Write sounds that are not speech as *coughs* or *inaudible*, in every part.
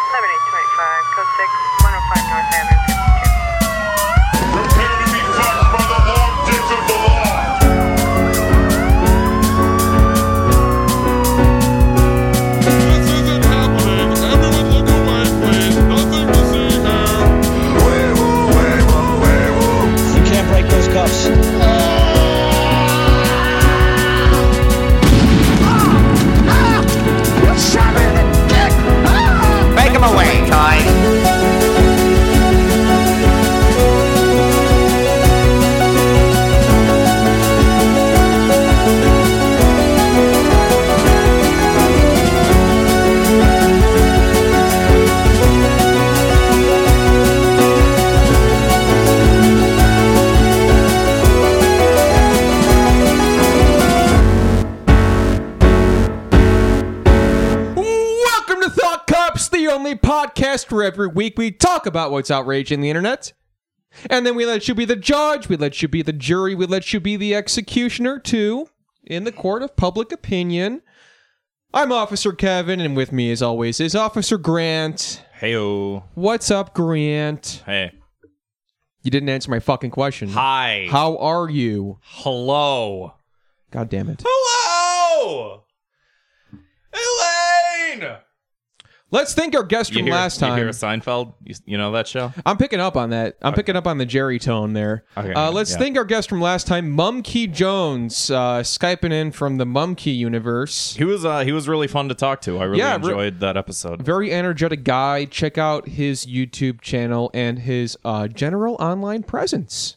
7825, code 6, 105 North Avenue, 52. Prepare to be caught by the long dick of the law. This isn't happening. Everyone look away, please. Nothing to see here. You can't break those cuffs. Break him away, Ty. Welcome to Thought Cops, the only podcast where every week we talk about what's outraging the internet. And then we let you be the judge, we let you be the jury, we let you be the executioner too, in the court of public opinion. I'm Officer Kevin, and with me as always is Officer Grant. Heyo. What's up, Grant? Hey. You didn't answer my fucking question. Hi. How are you? Hello. God damn it. Hello. Elaine. Let's thank our guest You from hear, last You time. hear Seinfeld? You, you know that show? I'm picking up on that. I'm picking up on the Jerry tone there. Okay, uh, let's yeah. thank our guest from last time, Mumkey Jones, uh, skyping in from the Mumkey universe. He was uh, he was really fun to talk to. I really Yeah, re- enjoyed that episode. Very energetic guy. Check out his YouTube channel and his uh, general online presence.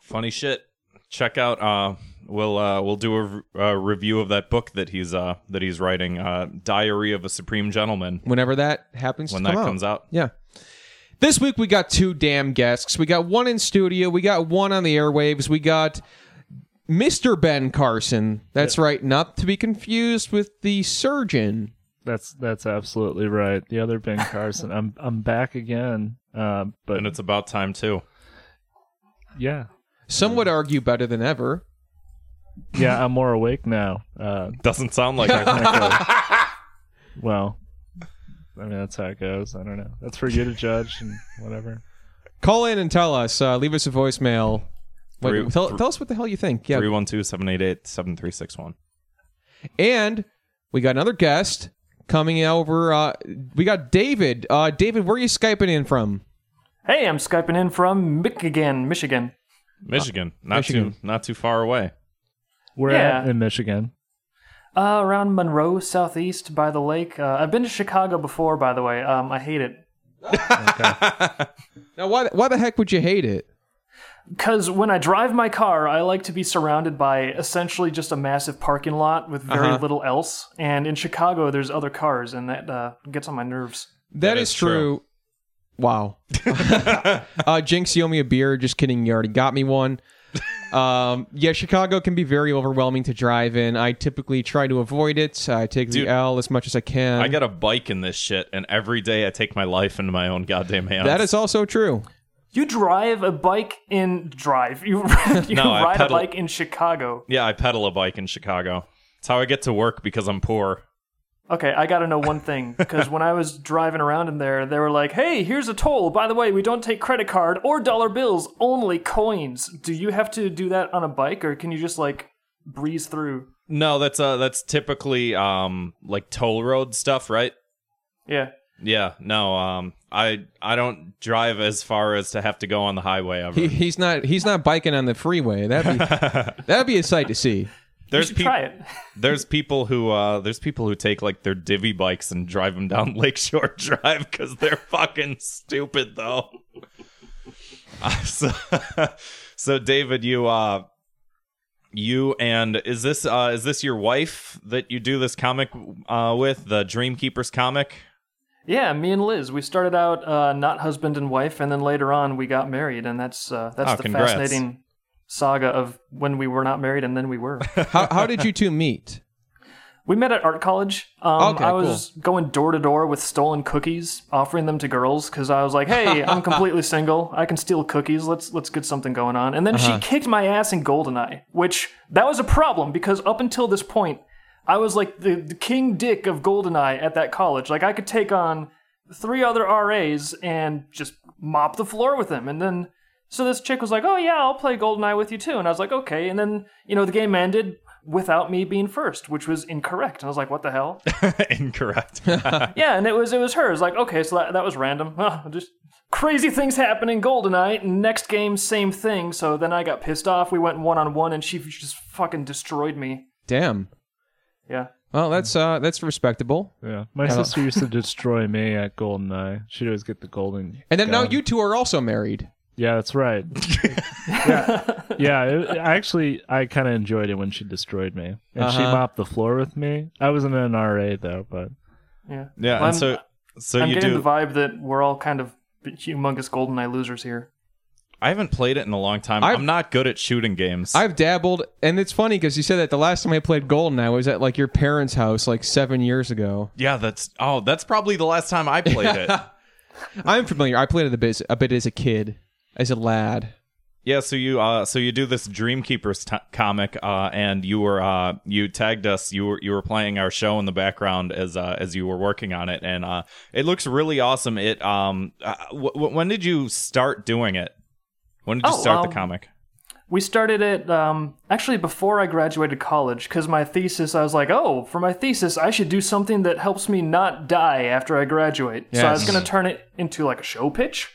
Funny shit. Check out. Uh, we'll uh, we'll do a re- uh, review of that book that he's uh, that he's writing, uh, Diary of a Supreme Gentleman. Whenever that happens, When to come that out. comes out. yeah. This week we got two damn guests. We got one in studio. We got one on the airwaves. We got Mr. Ben Carson. That's right, not to be confused with the surgeon. That's that's absolutely right. The *laughs* other Ben Carson. I'm I'm back again. Uh, but And it's about time too. yeah, Some would argue better than ever. yeah. I'm more awake now. Uh, Doesn't sound *laughs* like I technically. well, I mean that's how it goes. I don't know. That's for you to judge and whatever. Call in and tell us. Uh, leave us a voicemail. Wait, Three- tell, thr- tell us what the hell you think. Yeah. three one two seven eight eight seven three six one. And we got another guest coming over. Uh, we got David. Uh, David, where are you Skyping in from? Hey, I'm skyping in from Michigan, Michigan. Uh, Michigan. Not Michigan. too not too far away. We're Yeah. at in Michigan. Uh, around Monroe, southeast by the lake. Uh, I've been to Chicago before, by the way. Um, I hate it Now, why, why the heck would you hate it? because when I drive my car, I like to be surrounded by essentially just a massive parking lot with very Uh-huh. little else. And in Chicago, there's other cars, and that uh, gets on my nerves. that is, is true. *laughs* Wow. uh, Jinx, you owe me a beer. Just kidding. You already got me one. Um, yeah, Chicago can be very overwhelming to drive in. I typically try to avoid it. I take Dude, the L as much as I can. I got a bike in this shit, and every day I take my life into my own goddamn hands. that is also true. You drive a bike in drive. You *laughs* you No, I ride a pedal. bike in Chicago. yeah, I pedal a bike in Chicago. It's how I get to work because I'm poor. Okay, I got to know one thing because when I was driving around in there, they were like, "Hey, here's a toll. By the way, we don't take credit card or dollar bills, only coins." Do you have to do that on a bike, or can you just like breeze through? No, that's uh, that's typically um like toll road stuff, right? Yeah, Yeah, no, um, I I don't drive as far as to have to go on the highway ever. He, he's not he's not biking on the freeway. That'd *laughs* be that'd be a sight to see. there's you should peop- try it. *laughs* there's people who uh there's people who take like their divvy bikes and drive them down *laughs* Lakeshore Drive because they're fucking stupid though. *laughs* Uh, so, *laughs* so David, you uh you and is this uh is this your wife that you do this comic uh with the Dreamkeepers comic? *laughs* Yeah, me and Liz, we started out uh, not husband and wife, and then later on we got married, and that's uh, that's Oh, the congrats. fascinating saga of when we were not married and then we were. How how did you two meet? We met at art college. Um, Okay, I was going door to door with stolen cookies, offering them to girls because I was like, "Hey, I'm completely single. I can steal cookies. Let's let's get something going on." And then she kicked my ass in Goldeneye, which that was a problem because up until this point, I was like the, the king dick of Goldeneye at that college. Like I could take on three other RAs and just mop the floor with them. And then, so this chick was like, "Oh yeah, I'll play GoldenEye with you too." And I was like, "Okay." And then, you know, the game ended without me being first, which was incorrect. And I was like, "What *laughs* the hell?" Incorrect. yeah, and it was it was hers. Like, okay, so that, that was random. *laughs* Huh, just crazy things happen in GoldenEye. Next game, same thing. So then I got pissed off. We went one on one, and she just fucking destroyed me. Damn. Yeah. Well, that's uh, that's respectable. Yeah. My sister used to destroy me at GoldenEye. She'd always get the golden. And then now gun. you two are also married. Yeah, *laughs* that's right. yeah, yeah. It, I actually, I kind of enjoyed it when she destroyed me, and she Uh-huh. mopped the floor with me. I wasn't an RA though, but Yeah. yeah, I'm- and so so I'm you getting do. the vibe that we're all kind of humongous GoldenEye losers here. I haven't played it in a long time. i I've- am not good at shooting games. I've dabbled, and it's funny because you said that the last time I played Golden, I was at like your parents' house like seven years ago. yeah, that's oh, that's probably the last time I played *laughs* it. I'm familiar. I played it a bit, a bit as a kid, as a lad. Yeah, so you uh, so you do this Dreamkeepers t- comic, uh, and you were uh, you tagged us. You were you were playing our show in the background as uh, as you were working on it, and uh, it looks really awesome. It um, uh, w- w- when did you start doing it? When did you Oh, start um, the comic? We started it um, actually before I graduated college because my thesis, I was like, oh, for my thesis, I should do something that helps me not die after I graduate. So I was Yes. going to turn it into like a show pitch.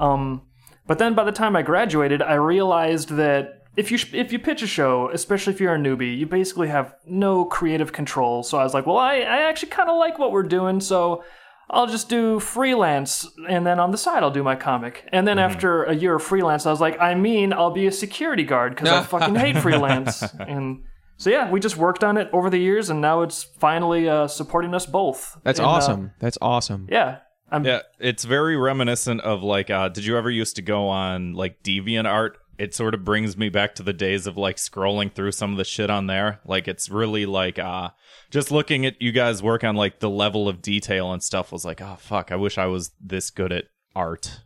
Um, but then by the time I graduated, I realized that if you if you pitch a show, especially if you're a newbie, you basically have no creative control. So I was like, well, I, I actually kind of like what we're doing, so I'll just do freelance, and then on the side I'll do my comic. Mm-hmm. And then after a year of freelance, I was like, I mean, I'll be a security guard because *laughs* I fucking hate freelance. And so yeah, we just worked on it over the years, and now it's finally uh, supporting us both. That's And, uh, awesome. That's awesome. yeah, I'm Yeah, it's very reminiscent of like. Uh, did you ever used to go on like DeviantArt? It sort of brings me back to the days of like scrolling through some of the shit on there. Like it's really like uh, just looking at you guys work on like the level of detail and stuff was like, oh fuck, I wish I was this good at art.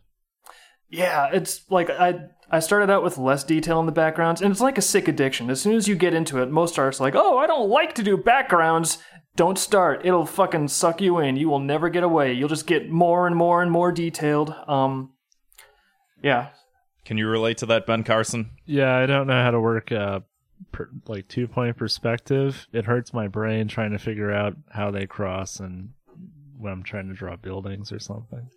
Yeah, it's like I I started out with less detail in the backgrounds, and it's like a sick addiction. As soon as you get into it, most artists are like, oh, I don't like to do backgrounds. Don't start. It'll fucking suck you in. You will never get away. You'll just get more and more and more detailed. Um, yeah, Can you relate to that, Ben Carson? yeah, I don't know how to work uh, per, like two point perspective. It hurts my brain trying to figure out how they cross and when I'm trying to draw buildings or something.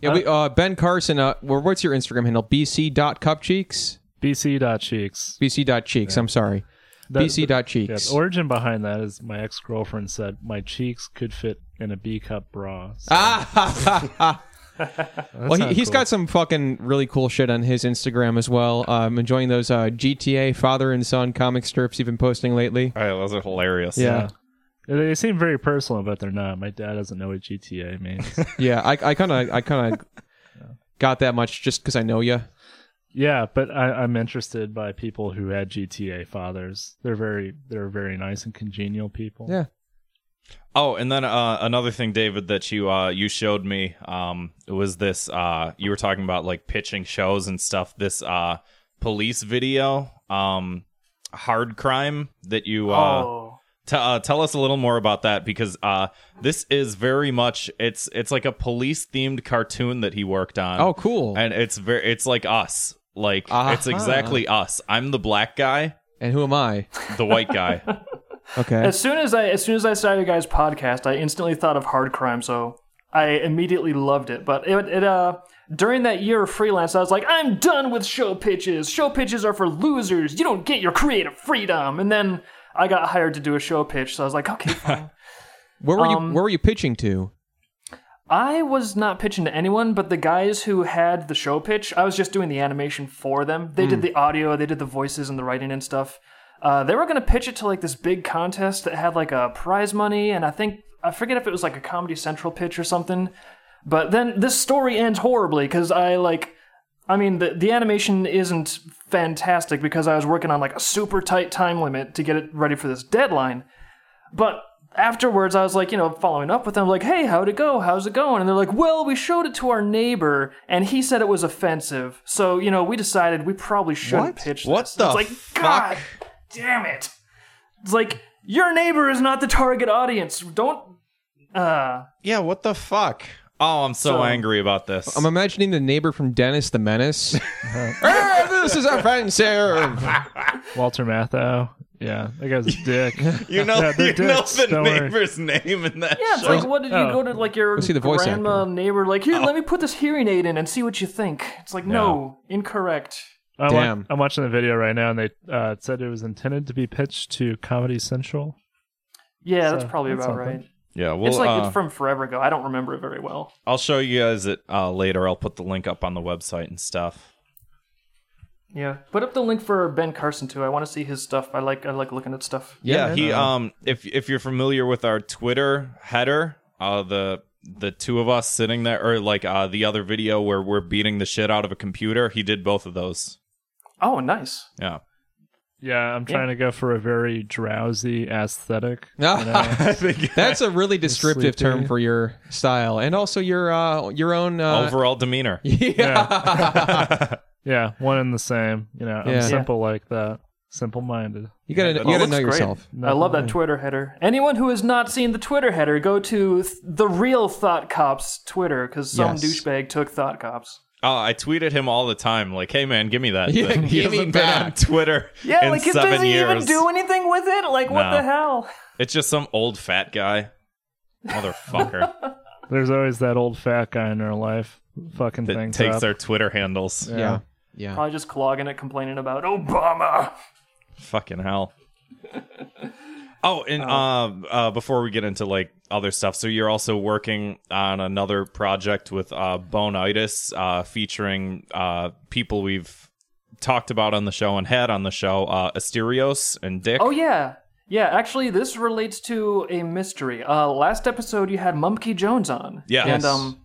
Yeah, we, uh, Ben Carson, uh, well, what's your Instagram handle? bc.cupcheeks? BC.cheeks. bc.cheeks, I'm sorry. That- Yeah, bc.cheeks. the origin behind that is my ex girlfriend said my cheeks could fit in a B cup bra. So Ah, ha, *laughs* ha, ha. well, he, sounds he's cool. got some fucking really cool shit on his Instagram as well. Uh, I'm enjoying those uh, GTA father and son comic strips you've been posting lately. Oh, yeah, those are hilarious. Yeah, They seem very personal, but they're not. My dad doesn't know what GTA means. *laughs* yeah. I I kind of I kind of got that much just because I know you. yeah, but I, I'm interested by people who had GTA fathers. They're very, they're very nice and congenial people. Yeah. Oh, and then uh, another thing, David, that you uh, you showed me um, was this. Uh, you were talking about like pitching shows and stuff. This uh, police video, um, hard crime that you. Uh, oh, T- uh, tell us a little more about that because uh, this is very much it's it's like a police themed cartoon that he worked on. Oh, cool. Uh-huh. And, and it's very it's like us. Like it's Aha. exactly us. I'm the black guy, who am I? the *laughs* white guy. Okay. as soon as I as soon as I saw your guys' podcast, I instantly thought of Hard Crime, so I immediately loved it. But it, it uh during that year of freelance, I was like, I'm done with show pitches. Show pitches are for losers. You don't get your creative freedom. And then I got hired to do a show pitch, so I was like, okay, fine. Where were um, you? Where were you pitching to? I was not pitching to anyone, but the guys who had the show pitch, I was just doing the animation for them. They did the audio, they did the voices and the writing and stuff. Uh, they were going to pitch it to like this big contest that had like a prize money, and I think I forget if it was like a Comedy Central pitch or something. But then this story ends horribly because I like. I mean, the, the animation isn't fantastic because I was working on like a super tight time limit to get it ready for this deadline. But afterwards, I was like, you know, following up with them, like, hey, how'd it go? How's it going? And they're like, well, we showed it to our neighbor, and he said it was offensive. So, you know, we decided we probably What? shouldn't pitch What this. the it's like, God damn it. It's like, your neighbor is not the target audience. Don't. Uh, yeah, what the fuck? Oh, I'm so, So- angry about this. I'm imagining the neighbor from Dennis the Menace. *laughs* "Ah, this is our friend, sir. Walter Matthau. Yeah, that *laughs* guy's a dick. *laughs* you know, Yeah, they're you know dicks, the don't worry. neighbor's name in that Yeah, it's show. like what did you Oh. go to like your Let's see the voice grandma actor. neighbor like here? Let me put this hearing aid in and see what you think. It's like no, incorrect. I'm, wa- Damn. I'm watching the video right now, and they uh, it said it was intended to be pitched to Comedy Central. Yeah, So, that's probably that's about something. right. yeah, well, it's like uh, it's from forever ago. I don't remember it very well. I'll show you guys it uh, later. I'll put the link up on the website and stuff. Yeah, put up the link for Ben Carson too. I want to see his stuff. I like I like looking at stuff. Yeah, he um if if you're familiar with our Twitter header, uh the the two of us sitting there or like uh the other video where we're beating the shit out of a computer, he did both of those. Oh, nice. Yeah. Yeah, I'm trying to go for a very drowsy aesthetic. *laughs* I think *laughs* That's a really descriptive Sleepy. term for your style, and also your uh, your own. Uh, *laughs* overall *laughs* demeanor. yeah, *laughs* Yeah, one and the same. You know, Yeah. I'm simple like that. Simple minded. you gotta you Oh, gotta that's know great. yourself. I love that Twitter header. Anyone who has not seen the Twitter header, go to th- the real Thought Cops Twitter because some Yes. douchebag took Thought Cops. Oh, I tweeted him all the time, like, "Hey man, give me that." Yeah, thing." *laughs* he give me hasn't back. been on Twitter Yeah, in like it seven doesn't years. even do anything with it. Like what No. the hell? It's just some old fat guy, *laughs* motherfucker, There's always that old fat guy in our life. Fucking that things takes up. our Twitter handles. Yeah, yeah. Probably just clogging it, complaining about Obama. Fucking hell. Oh, and Uh-huh. uh, uh, before we get into like other stuff, so you're also working on another project with uh, Bonitis, uh, featuring uh, people we've talked about on the show and had on the show, uh, Asterios and Dick. Oh yeah, yeah. Actually, this relates to a mystery. Uh, last episode you had Mumkey Jones on. Yeah. and Yes. um,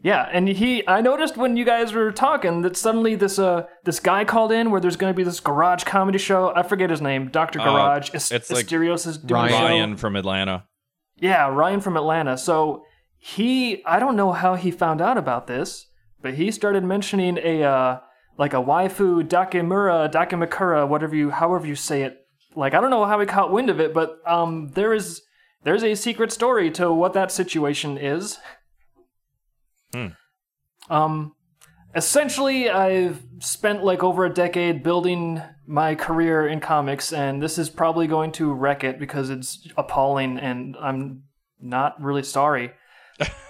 yeah, and he. I noticed when you guys were talking that suddenly this uh this guy called in where there's going to be this garage comedy show. I forget his name, Doctor Garage. Is- it's like Asterios is doing a show. Ryan from Atlanta. Yeah, Ryan from Atlanta. So he, I don't know how he found out about this, but he started mentioning a uh, like a waifu dakimura, dakimakura, whatever you, however you say it. Like I don't know how he caught wind of it, but um, there is there's a secret story to what that situation is. Um, essentially, I've spent like over a decade building my career in comics, and this is probably going to wreck it because it's appalling, and I'm not really sorry.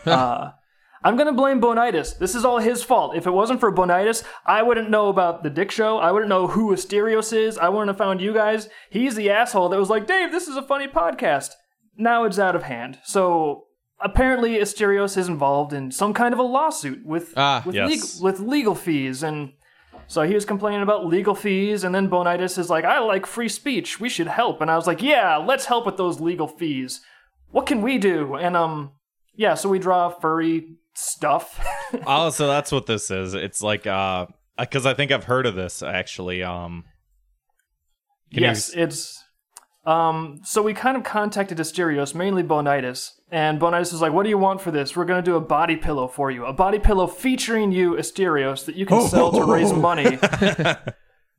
uh, I'm gonna blame Bonitis. This is all his fault. If it wasn't for Bonitis, I wouldn't know about the Dick Show. I wouldn't know who Asterios is. I wouldn't have found you guys. He's the asshole that was like, Dave, this is a funny podcast. Now it's out of hand. So apparently, Asterios is involved in some kind of a lawsuit with Ah, with, yes. leg- with legal fees and. So he was complaining about legal fees, and then Bonitis is like, I like free speech. We should help. And I was like, yeah, let's help with those legal fees. What can we do? And, um, yeah, so we draw furry stuff. *laughs* oh, so that's what this is. It's like uh, because I think I've heard of this actually. Um, Can you yes, it's. Um, so we kind of contacted Asterios, mainly Bonitis, and Bonitis was like, "What do you want for this? We're gonna do a body pillow for you, a body pillow featuring you, Asterios, that you can sell to raise money."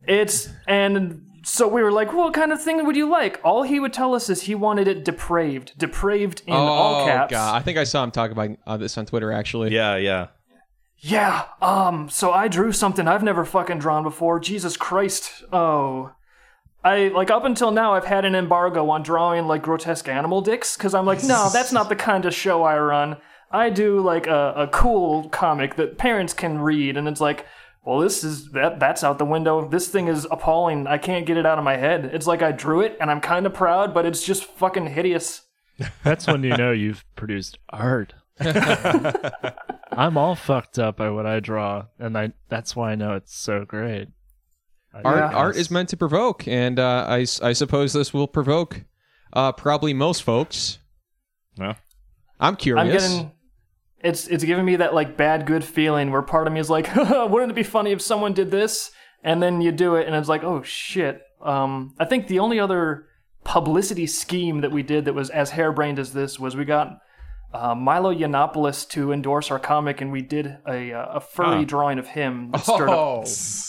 it's and so we were like, "What kind of thing would you like?" All he would tell us is he wanted it depraved, depraved in oh all caps. god, I think I saw him talk about uh, this on Twitter actually. yeah, yeah. Yeah, um, so I drew something I've never fucking drawn before. Jesus Christ. Oh. I, like, up until now, I've had an embargo on drawing, like, grotesque animal dicks, because I'm like, no, that's not the kind of show I run. I do, like, a, a cool comic that parents can read, and it's like, well, this is, that, that's out the window. This thing is appalling. I can't get it out of my head. It's like I drew it, and I'm kind of proud, but it's just fucking hideous. That's when you know you've produced *laughs* art. I'm all fucked up by what I draw, and I that's why I know it's so great. I Art Yeah. art is meant to provoke, and uh, I s- I suppose this will provoke uh, probably most folks. Yeah. I'm I'm curious. getting it's it's giving me that like bad good feeling where part of me is like, *laughs* wouldn't it be funny if someone did this? And then you do it and it's like, oh shit. Um, I think the only other publicity scheme that we did that was as harebrained as this was we got uh, Milo Yiannopoulos to endorse our comic and we did a uh, a furry drawing of him that stirred Oh, up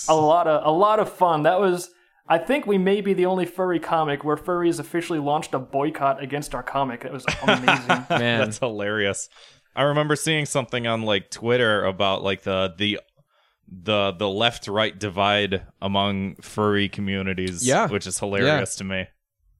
a lot of a lot of fun. That was I think we may be the only furry comic *laughs* where furries officially launched a boycott against our comic. It was amazing. man. That's hilarious. I remember seeing something on like Twitter about like the the the the left right divide among furry communities. Yeah. which is hilarious to me.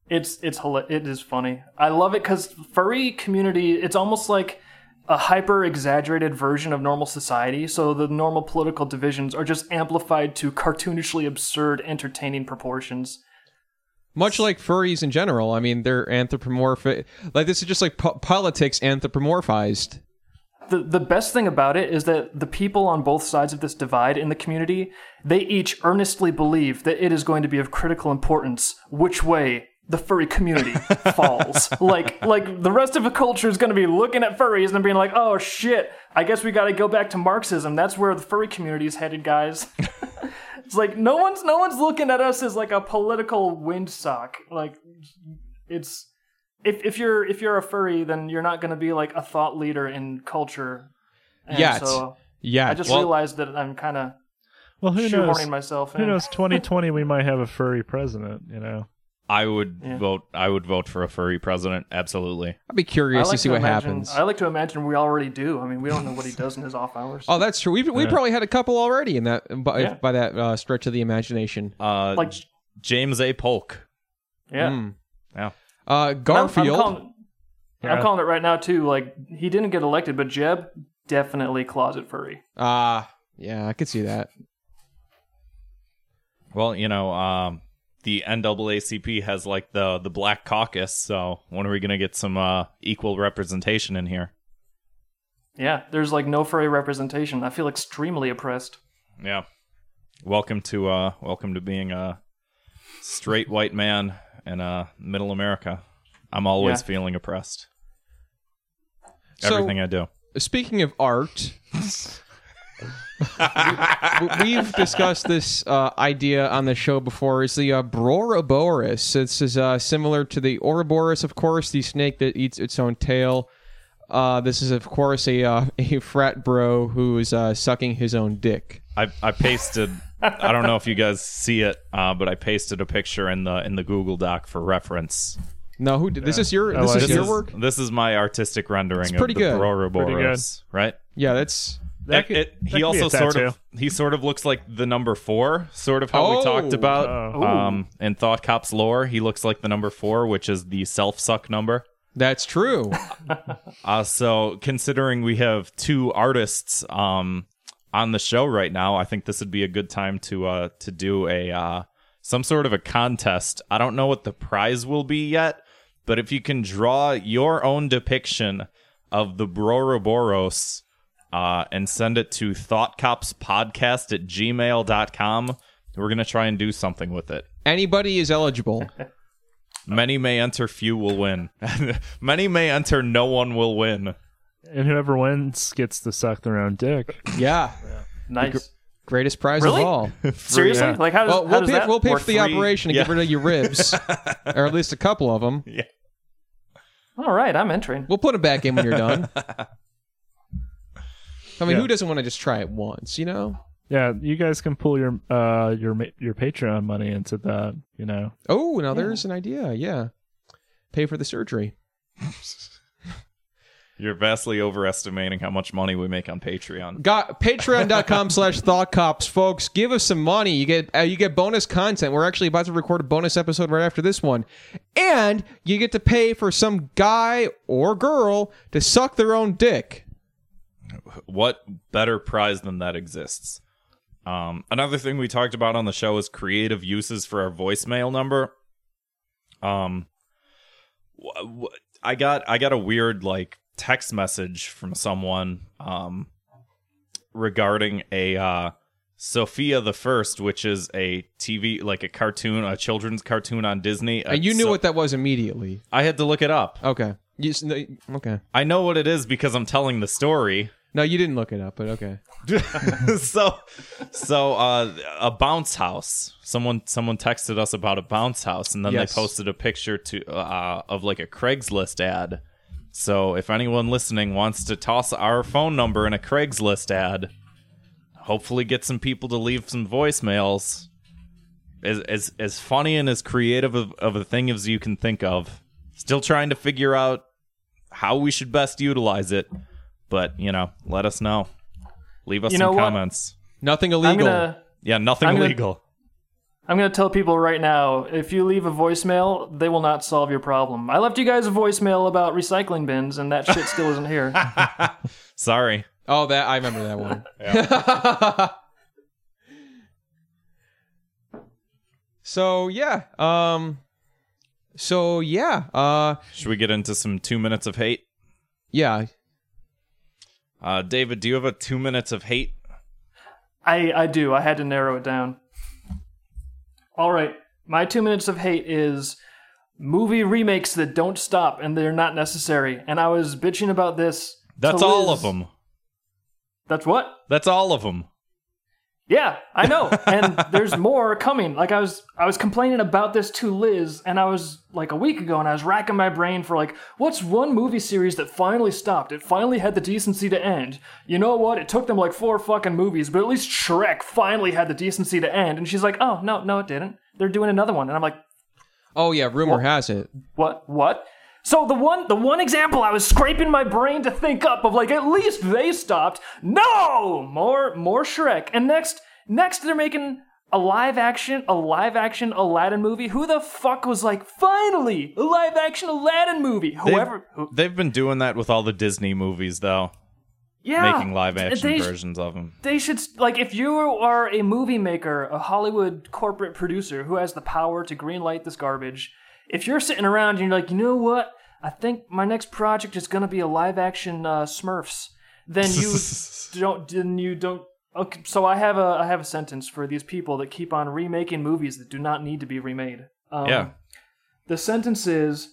It's it's hila- it is funny. I love it because furry community. It's almost like a hyper exaggerated version of normal society. So the normal political divisions are just amplified to cartoonishly absurd, entertaining proportions. Much like furries in general, I mean, they're anthropomorphic. Like this is just like po- politics anthropomorphized. The the best thing about it is that the people on both sides of this divide in the community they each earnestly believe that it is going to be of critical importance which way the furry community falls. Like like the rest of the culture is going to be looking at furries and being like, oh shit, I guess we got to go back to Marxism. That's where the furry community is headed, guys. it's like no one's no one's looking at us as like a political windsock. Like it's if if you're if you're a furry, then you're not going to be like a thought leader in culture. And Yet. so Yeah, I just realized that I'm kind of Well, who knows? shoehorning myself. In. Who *laughs* knows? 2020, we might have a furry president. You know, I would Yeah. vote. I would vote for a furry president. Absolutely. I'd be I curious like to see what imagine, happens. I like to imagine we already do. I mean, we don't know what he does in his off hours. Oh, that's true. We we probably had a couple already in that by, Yeah. by that uh, stretch of the imagination. Uh, like, James A. Polk. yeah. Mm. Yeah. Uh, I'm- Garfield. I'm, calling, I'm Yeah. calling it right now too. Like he didn't get elected, but Jeb definitely closet furry. Ah, yeah, I could see that. Well, you know, um, the NAACP has like the the Black Caucus. So when are we gonna get some uh, equal representation in here? Yeah, there's like no furry representation. I feel extremely oppressed. Yeah. Welcome to uh, welcome to being a straight white man in uh, Middle America. I'm always Yeah. feeling oppressed. So- Everything I do. Speaking of art, we- we've discussed this uh, idea on the show before. Is the uh, Broroboros? This is uh, similar to the Ouroboros, of course, the snake that eats its own tail. Uh, this is, of course, a uh, a frat bro who is uh, sucking his own dick. I, I pasted. I don't know if you guys see it, uh, but I pasted a picture in the in the Google Doc for reference. No, who did this? Is your I this like is it. your is, work? This is my artistic rendering of pretty the good. Boroboros, right? Yeah, that's That It- could- it- that could he be also a sort tattoo. of he sort of looks like the number four, sort of how we talked Oh. about Oh. um, in Thought Cops lore. He looks like the number four, which is the self suck number. that's true. Uh, so considering we have two artists um, on the show right now, I think this would be a good time to uh, to do a uh, some sort of a contest. I don't know what the prize will be yet, but if you can draw your own depiction of the Broroboros uh, and send it to thoughtcopspodcast at gmail.com, we're going to try and do something with it. Anybody is eligible. Many may enter, few will win. *laughs* Many may enter, no one will win. *laughs* and whoever wins gets to suck their own dick. Yeah, Nice. greatest prize Really? of all. Seriously? yeah. Like how does, Well, how we'll does pay, that we'll pay work? for the free. operation and Yeah. get rid of your *laughs* ribs, or at least a couple of them. All right, I'm entering. We'll put them back in when you're done. I mean, Yeah. who doesn't want to just try it once, you know? Yeah, you guys can pull your uh your ma- your Patreon money into that. You know, Oh, now there's an idea. Yeah. Pay for the surgery. You're vastly overestimating how much money we make on Patreon. Got patreon.com slash thought cops, folks. Give us some money. You get uh, you get bonus content. We're actually about to record a bonus episode right after this one. And you get to pay for some guy or girl to suck their own dick. What better prize than that exists? Um, another thing we talked about on the show is creative uses for our voicemail number. Um, wh- wh- I got I got a weird like text message from someone um regarding a uh Sophia the First, which is a TV like a cartoon, a children's cartoon on Disney. And you knew So- what that was immediately. I had to look it up. Okay. You, s- no, okay. I know what it is because I'm telling the story. *laughs* No, you didn't look it up, but okay. so so uh a bounce house someone someone texted us about a bounce house and then Yes. they posted a picture to uh of like a craigslist ad so if anyone listening wants to toss our phone number in a craigslist ad hopefully get some people to leave some voicemails as as, as funny and as creative of, of a thing as you can think of still trying to figure out how we should best utilize it But you know, let us know. Leave us You know some what? comments. Nothing illegal. I'm gonna Yeah, nothing I'm gonna- illegal. I'm gonna tell people right now, if you leave a voicemail, they will not solve your problem. I left you guys a voicemail about recycling bins and that shit still isn't here. Sorry. Oh, that I remember that one. *laughs* so yeah, um, so yeah, uh, Should we get into some two minutes of hate? yeah. Uh, David, do you have a two minutes of hate? I, I do. I had to narrow it down. All right. My two minutes of hate is movie remakes that don't stop and they're not necessary. And I was bitching about this. to That's all Liz. of them. That's what? That's all of them. Yeah, I know. And there's more coming. Like I was I was complaining about this to Liz and I was like a week ago and I was racking my brain for like what's one movie series that finally stopped? It finally had the decency to end. You know what? It took them like four fucking movies, but at least Shrek finally had the decency to end. And she's like, "Oh, no, no it didn't. They're doing another one." And I'm like, Oh yeah, rumor has it. what what so the one the one example i was scraping my brain to think up of like at least they stopped no more more shrek and next next they're making a live action a live action aladdin movie who the fuck was like finally a live action aladdin movie They've- whoever who, they've been doing that with all the Disney movies, though, yeah making live action they, versions of them. they should like if you are a movie maker a hollywood corporate producer who has the power to greenlight this garbage if you're sitting around and you're like you know what i think my next project is going to be a live action uh, smurfs then *laughs* you don't then you don't okay so i have a i have a sentence for these people that keep on remaking movies that do not need to be remade um, Yeah. the sentence is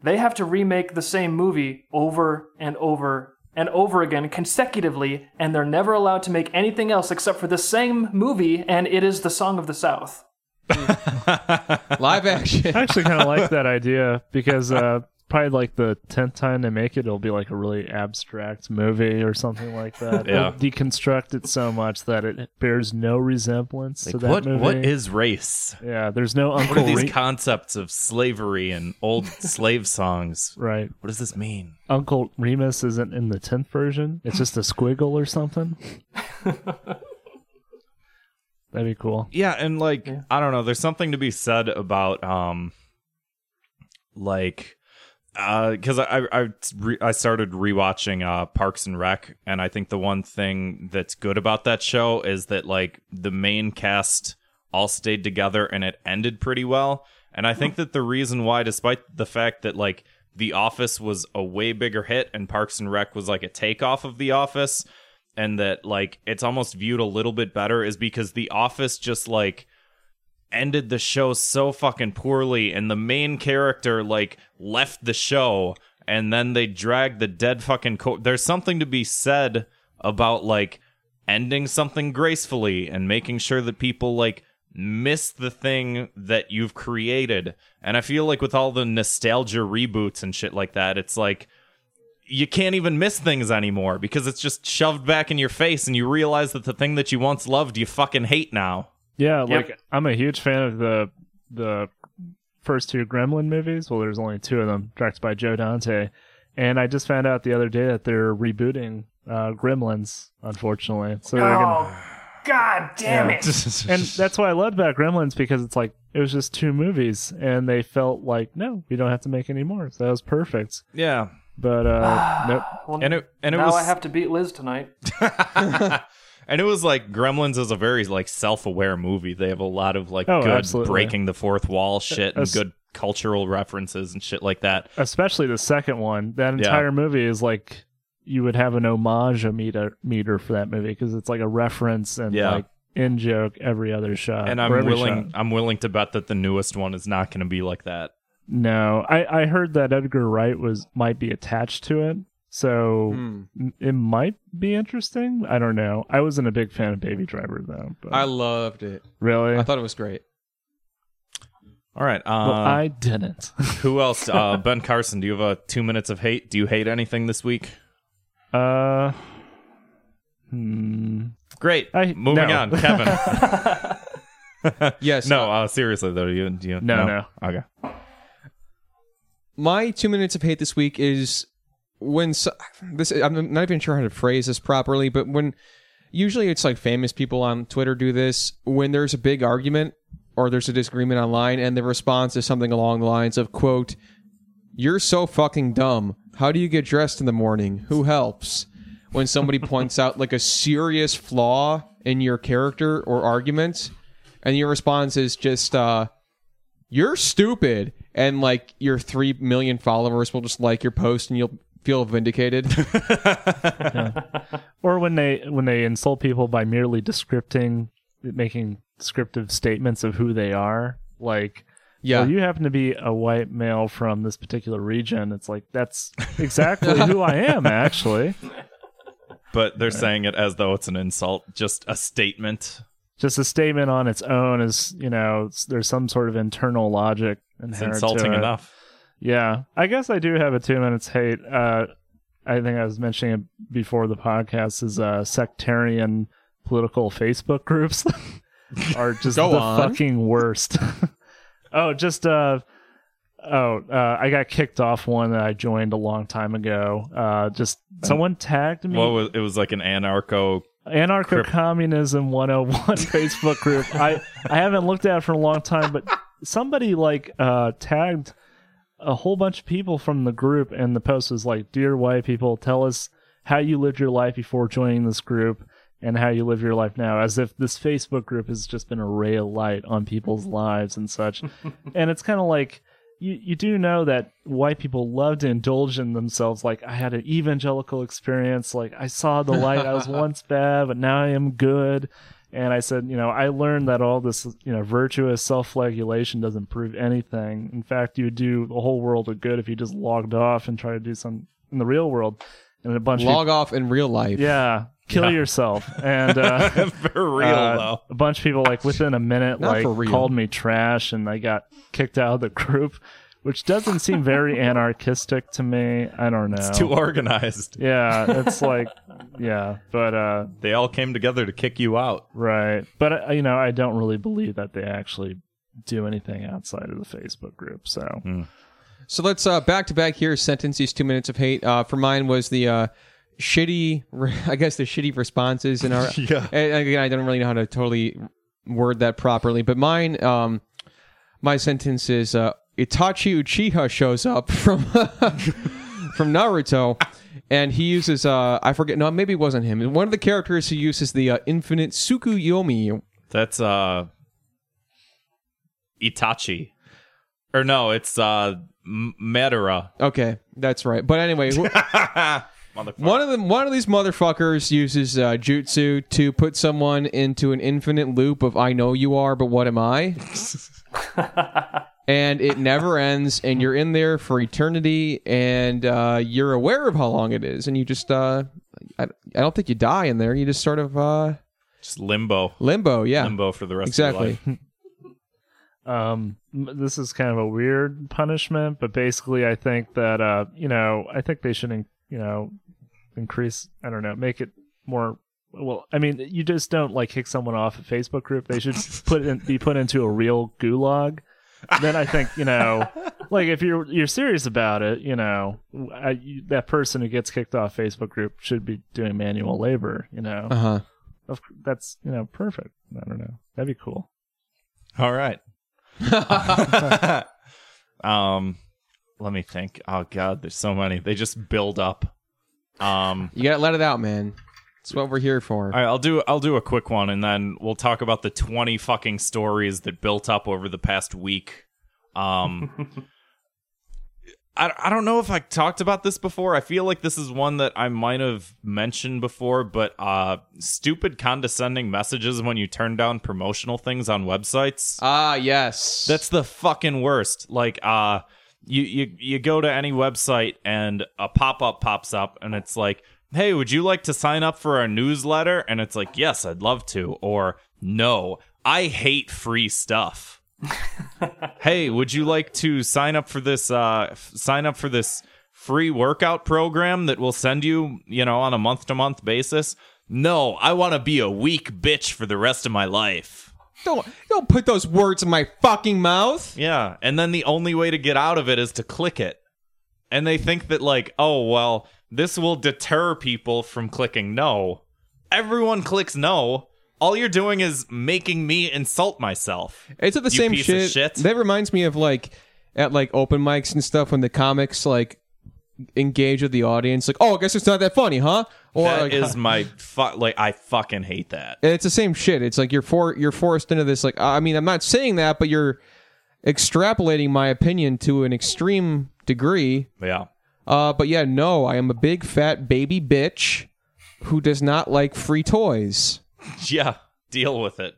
they have to remake the same movie over and over and over again consecutively, and they're never allowed to make anything else except for the same movie, and it is the Song of the South. Live action. *laughs* I actually kind of *laughs* like that idea because uh, probably like the tenth time they make it, it'll be like a really abstract movie or something like that. Yeah. They'll deconstruct it so much that it bears no resemblance to that what movie. what is race? Yeah, there's no What are Uncle these Re- concepts of slavery and *laughs* old slave songs? right. What does this mean? Uncle Remus isn't in the tenth version. It's just a squiggle or something. That'd be cool. Yeah, and like I don't know, there's something to be said about um like uh cuz I I I, re- I started rewatching uh Parks and Rec and I think the one thing that's good about that show is that like the main cast all stayed together and it ended pretty well. And I think that the reason why despite the fact that like The Office was a way bigger hit and Parks and Rec was like a takeoff of The Office, and that like it's almost viewed a little bit better is because The Office just like ended the show so fucking poorly and the main character like left the show and then they dragged the dead fucking co- there's something to be said about like ending something gracefully and making sure that people like miss the thing that you've created and i feel like with all the nostalgia reboots and shit like that it's like you can't even miss things anymore because it's just shoved back in your face and you realize that the thing that you once loved you fucking hate now. Yeah, Yep. like I'm a huge fan of the the first two Gremlin movies. Well, there's only two of them, directed by Joe Dante. And I just found out the other day that they're rebooting uh, Gremlins, unfortunately. So they're gonna, Oh, god damn it. and that's what I loved about Gremlins because it's like it was just two movies, and they felt like no, we don't have to make any more. So that was perfect. Yeah. But uh, nope. Well, And it and it now was I have to beat Liz tonight. *laughs* and it was like Gremlins is a very like self-aware movie. They have a lot of like Oh, good absolutely. breaking the fourth wall shit and That's- good cultural references and shit like that. especially the second one. That Yeah. entire movie is like you would have an homage a meter meter for that movie because it's like a reference and Yeah. like in joke every other shot. And or I'm Uh, every willing shot. I'm willing to bet that the newest one is not going to be like that. No, I I heard that Edgar Wright was might be attached to it, so Hmm. n- it might be interesting. I don't know. I wasn't a big fan of Baby Driver though. But I loved it. really, I thought it was great. All right. Uh, well, I didn't. who else? Uh, ben Carson, do you have a 2 minutes of hate? Do you hate anything this week? uh, hmm. Great. I- Moving no. on, *laughs* Kevin. Yes. No, uh, seriously though, you, you No, no. okay. My two minutes of hate this week is when so, this I'm not even sure how to phrase this properly, but when usually it's like famous people on Twitter do this when there's a big argument or there's a disagreement online and the response is something along the lines of quote you're so fucking dumb how do you get dressed in the morning who helps when somebody points out like a serious flaw in your character or argument and your response is just uh you're stupid and like your 3 million followers will just like your post and you'll feel *laughs* vindicated or when they when they insult people by merely descripting making descriptive statements of who they are like yeah well, you happen to be a white male from this particular region it's like *laughs* that's exactly who i am actually But they're saying it as though it's an insult, just a statement. just a statement on its own is you know s- there's some sort of internal logic It's inherent insulting to it. enough. yeah i guess i do have a two minutes hate uh i think i was mentioning it before the podcast is uh sectarian political facebook groups *laughs* are just Go the on. fucking worst *laughs* oh just uh Oh, uh, I got kicked off one that I joined a long time ago. Uh, just someone tagged me What was it was like an anarcho anarcho communism 101 *laughs* facebook group i i haven't looked at it for a long time but somebody like uh tagged a whole bunch of people from the group and the post was like dear white people tell us how you lived your life before joining this group and how you live your life now as if this facebook group has just been a ray of light on people's lives and such and it's kind of like you, you do know that white people love to indulge in themselves like i had an evangelical experience like i saw the light i was once bad but now i am good and i said you know i learned that all this you know virtuous self-flagellation doesn't prove anything in fact you would do the whole world a good if you just logged off and tried to do some in the real world and a bunch of log off in real life people, yeah kill yourself and uh *laughs* for real uh, though. A bunch of people like within a minute Not like for real. called me trash and I got kicked out of the group, which doesn't seem *laughs* very anarchistic to me. I don't know. It's too organized. yeah, *laughs* it's like yeah, but uh They all came together to kick you out. right. But uh, you know, I don't really believe that they actually do anything outside of the Facebook group. So, Hmm. So let's uh, back to back here sentence these two minutes of hate. Uh, for mine was the uh, shitty, *laughs* I guess the shitty responses *laughs* in our. Yeah. *laughs* And again, I don't really know how to totally word that properly, but mine, um, my sentence is uh, Itachi Uchiha shows up from *laughs* from Naruto, and he uses uh, I forget no maybe it wasn't him. One of the characters who uses the uh, infinite Sukuyomi. That's uh Itachi. Or no, it's uh M- Madara. Okay, that's right. But anyway, *laughs* who- One of them, one of these motherfuckers uses uh, jutsu to put someone into an infinite loop of "I know you are, but what am *laughs* I?" and it never ends, and you're in there for eternity, and uh, you're aware of how long it is, and you just, uh, I, I don't think you die in there. You just sort of uh, Just limbo. limbo, yeah, Limbo for the rest of your exactly. life. um m- this is kind of a weird punishment but basically i think that uh you know i think they should in, you know increase i don't know make it more well i mean you just don't like kick someone off a facebook group they should put in, be put into a real gulag then i think you know like if you're you're serious about it you know I, you, that person who gets kicked off facebook group should be doing manual labor you know Uh huh. of, that's you know perfect i don't know that'd be cool All right. *laughs* um let me think. Oh god, there's so many. They just build up. Um You gotta let it out, man. That's what we're here for. all right, I'll do I'll do a quick one and then we'll talk about the 20 fucking stories that built up over the past week. Um *laughs* I, I don't know if I talked about this before. I feel like this is one that I might have mentioned before, but uh stupid condescending messages when you turn down promotional things on websites. Ah, yes. That's the fucking worst. Like, uh, you you you go to any website and a pop up pops up, and it's like, "Hey, would you like to sign up for our newsletter?" And it's like, "Yes, I'd love to," or "No, I hate free stuff." hey, would you like to sign up for this? Uh, f- sign up for this free workout program that will send you, you know, on a month to month basis. No, I want to be a weak bitch for the rest of my life. don't don't put those words in my fucking mouth. Yeah, and then the only way to get out of it is to click it. and they think that like, oh well, this will deter people from clicking no. Everyone clicks no. All you're doing is making me insult myself. It's the You same piece of shit. shit. That reminds me of like at like open mics and stuff when the comics like engage with the audience, like, oh, I guess it's not that funny, huh? Or That like, is my fu- like I fucking hate that. *laughs* it's the same shit. It's like you're for you're forced into this. Like, I mean, I'm not saying that, but you're extrapolating my opinion to an extreme degree. Yeah. *laughs* Uh, but yeah, no, I am a big fat baby bitch who does not like free toys. Yeah. Deal with it.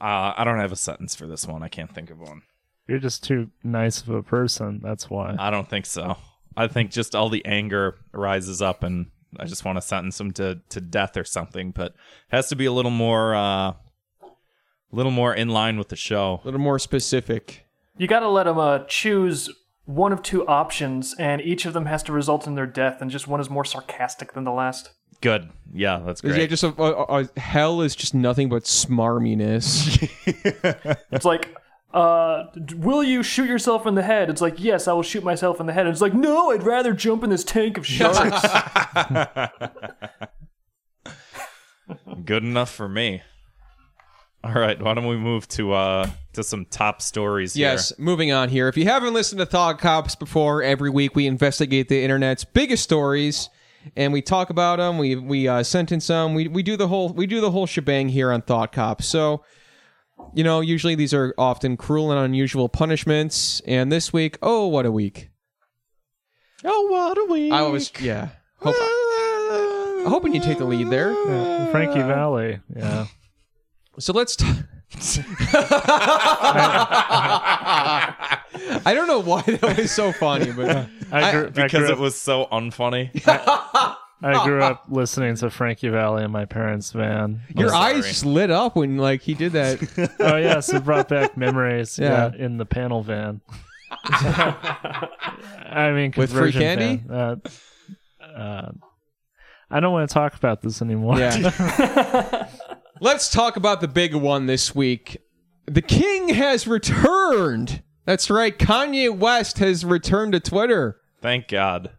Uh, I don't have a sentence for this one. I can't think of one. You're just too nice of a person. That's why. I don't think so. I think just all the anger rises up, and I just want to sentence him to, to death or something. But it has to be a little more, uh, little more in line with the show. A little more specific. You got to let them uh, choose one of two options, and each of them has to result in their death, and just one is more sarcastic than the last. Good. Yeah, that's Yeah, great. just a, a, a, hell is just nothing but smarminess. It's like, *laughs* uh, d- will you shoot yourself in the head? It's like, yes, I will shoot myself in the head. And it's like, no, I'd rather jump in this tank of *laughs* sharks. Good enough for me. All right, why don't we move to uh to some top stories yes, here? moving on here. If you haven't listened to Thought Cops before, every week we investigate the internet's biggest stories and we talk about them. We we uh, sentence them. We we do the whole we do the whole shebang here on Thought Cops. So. You know, usually these are often cruel and unusual punishments. And this week, oh, what a week. Oh, what a week. I was yeah. Hope, hoping you take the lead there. Yeah, Frankie Valley. Yeah. So let's. T- I don't know why that was so funny, but I grew, I because grew it was so unfunny. *laughs* up, I grew up listening to Frankie Valley in my parents' van. your sorry. eyes lit up when like he did that. oh yes, it brought back memories. Yeah. Yeah, in the panel van. I mean, With free conversion candy? van. Uh, uh, I don't want to talk about this anymore. *laughs* Yeah. let's talk about the big one this week. The king has returned. That's right. Kanye West has returned to Twitter. Thank God.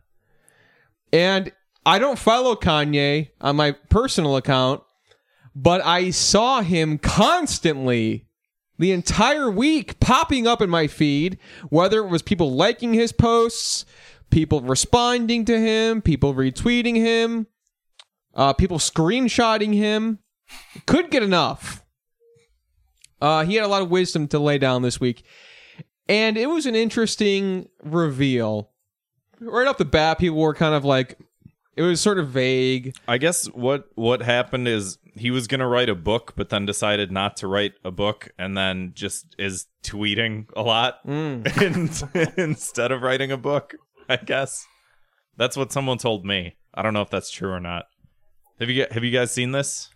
And I don't follow Kanye on my personal account, but I saw him constantly the entire week popping up in my feed, whether it was people liking his posts, people responding to him, people retweeting him, uh, people screenshotting him. Could get enough. Uh, he had a lot of wisdom to lay down this week. And it was an interesting reveal right off the bat, people were kind of like, it was sort of vague. I guess what what happened is he was gonna write a book, but then decided not to write a book, and then just is tweeting a lot *laughs* in- instead of writing a book. I guess that's what someone told me. I don't know if that's true or not. Have you gu- have you guys seen this?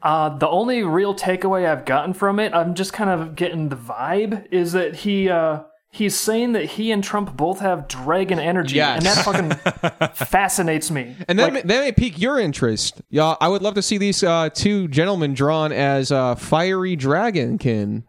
Uh, the only real takeaway I've gotten from it, I'm just kind of getting the vibe, is that he uh, he's saying that he and Trump both have dragon energy, Yes. and that fucking *laughs* fascinates me. And that, may, that may pique your interest. Yeah, I would love to see these uh, two gentlemen drawn as uh, fiery dragonkin.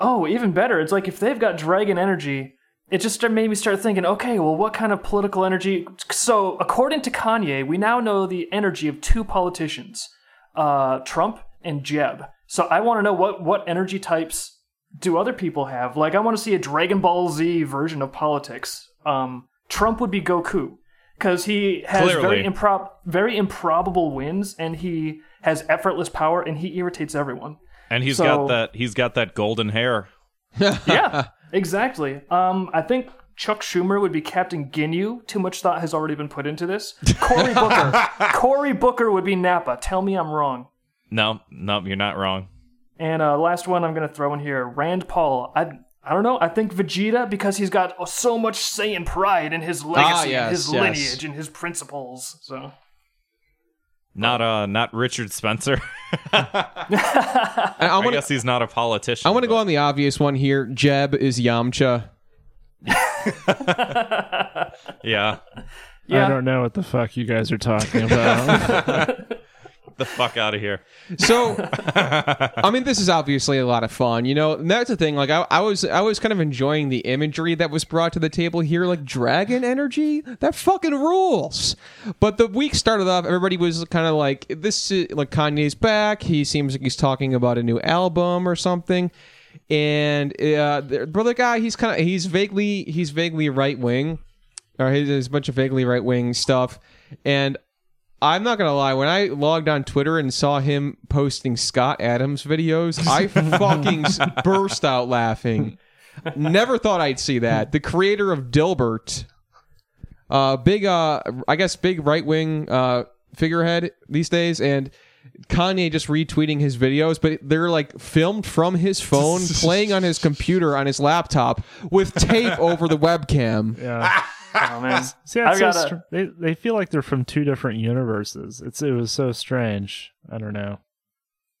Oh, even better. It's like if they've got dragon energy, it just start- made me start thinking, okay, well, what kind of political energy? So, according to Kanye, we now know the energy of two politicians, uh, Trump and Jeb. So, I want to know what, what energy types do other people have? Like, I want to see a Dragon Ball Z version of politics. Um, Trump would be Goku because he has Clearly. very improb- very improbable wins, and he has effortless power, and he irritates everyone. And he's So- got that he's got that golden hair. yeah, exactly. Um, I think Chuck Schumer would be Captain Ginyu. Too much thought has already been put into this. Cory Booker. Cory Booker would be Napa. Tell me I'm wrong. No, no, you're not wrong. And uh, last one I'm gonna throw in here. Rand Paul. I I don't know. I think Vegeta because he's got oh, so much Saiyan pride in his legacy, and yes, his yes. lineage, and his principles. So Not uh, not Richard Spencer. *laughs* And I I want to. guess he's not a politician. I want to go but- on the obvious one here. Jeb is Yamcha. Yeah, yeah, I don't know what the fuck you guys are talking about. *laughs* the fuck out of here. So, I mean, this is obviously a lot of fun, you know. And that's the thing. Like, I, I was, I was kind of enjoying the imagery that was brought to the table here, like dragon energy. That fucking rules. But the week started off. Everybody was kind of like, this, is, like Kanye's back. He seems like he's talking about a new album or something. And uh, the brother guy, he's kind of, he's vaguely, he's vaguely right wing, or he's, he's a bunch of vaguely right wing stuff. And I'm not gonna lie. When I logged on Twitter and saw him posting Scott Adams videos, I fucking s- burst out laughing. Never thought I'd see that. The creator of Dilbert, uh, big, uh, I guess, big right wing uh, figurehead these days, and Kanye just retweeting his videos, but they're like filmed from his phone, playing on his computer on his laptop with tape over the webcam. *laughs* Yeah. Oh man, See, I've it's so got a- str- they they feel like they're from two different universes. It's it was so strange. I don't know.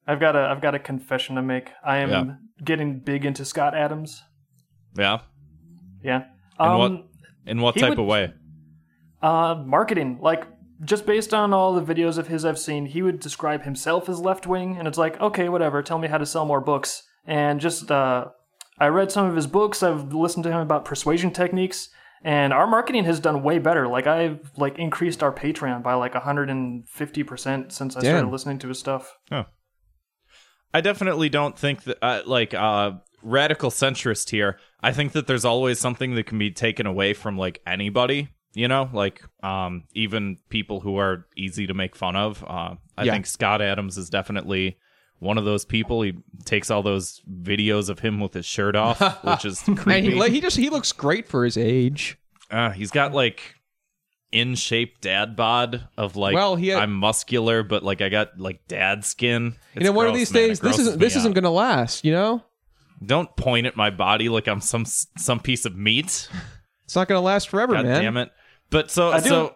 I've got a, I've got a confession to make. I am Yeah. getting big into Scott Adams. Yeah. Yeah. In Um, what in what he type would- of way? Uh, marketing, like just based on all the videos of his I've seen, he would describe himself as left wing, and it's like, okay, whatever. Tell me how to sell more books, and just uh, I read some of his books. I've listened to him about persuasion techniques, and our marketing has done way better. Like I've like increased our Patreon by like hundred and fifty percent since I Damn. started listening to his stuff. I definitely don't think that uh, like uh radical centrist here. I think that there's always something that can be taken away from like anybody, you know, like um even people who are easy to make fun of. Uh I Yeah. think Scott Adams is definitely one of those people. He takes all those videos of him with his shirt *laughs* off, which is And creepy. he, he just he looks great for his age. Uh, he's got like in shape dad bod of like Well, he uh, had- I'm muscular, but like I got like dad skin. you know, one of these days, this isn't this isn't gonna. gonna last. You know, Don't point at my body like I'm some some piece of meat. it's not gonna last forever, God man. damn it! But so do- so.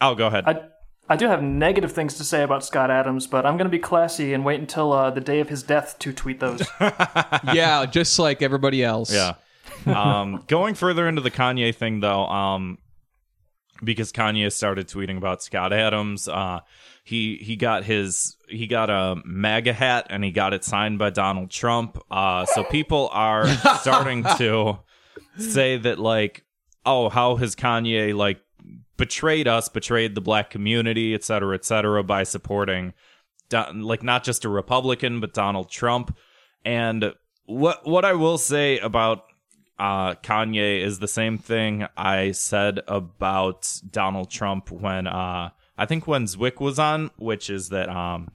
Oh, go ahead. I I do have negative things to say about Scott Adams, but I'm gonna be classy and wait until uh, the day of his death to tweet those. yeah, just like everybody else. yeah. um, going further into the Kanye thing though, um, because Kanye started tweeting about Scott Adams. Uh, he he got his he got a MAGA hat and he got it signed by Donald Trump. Uh, so people are starting to say that like, oh, how has Kanye like betrayed us, betrayed the black community, et cetera, et cetera, by supporting Don- like not just a Republican but Donald Trump. And what what I will say about uh, Kanye is the same thing I said about Donald Trump when uh, I think when Zwick was on, which is that um,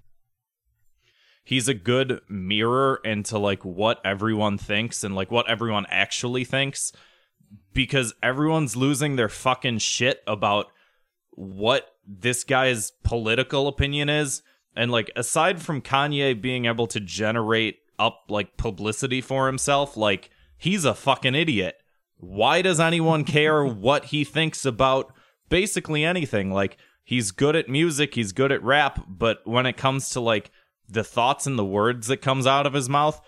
he's a good mirror into like what everyone thinks and like what everyone actually thinks because everyone's losing their fucking shit about what this guy's political opinion is and like aside from Kanye being able to generate up like publicity for himself like he's a fucking idiot why does anyone care what he thinks about basically anything like he's good at music he's good at rap but when it comes to like the thoughts and the words that comes out of his mouth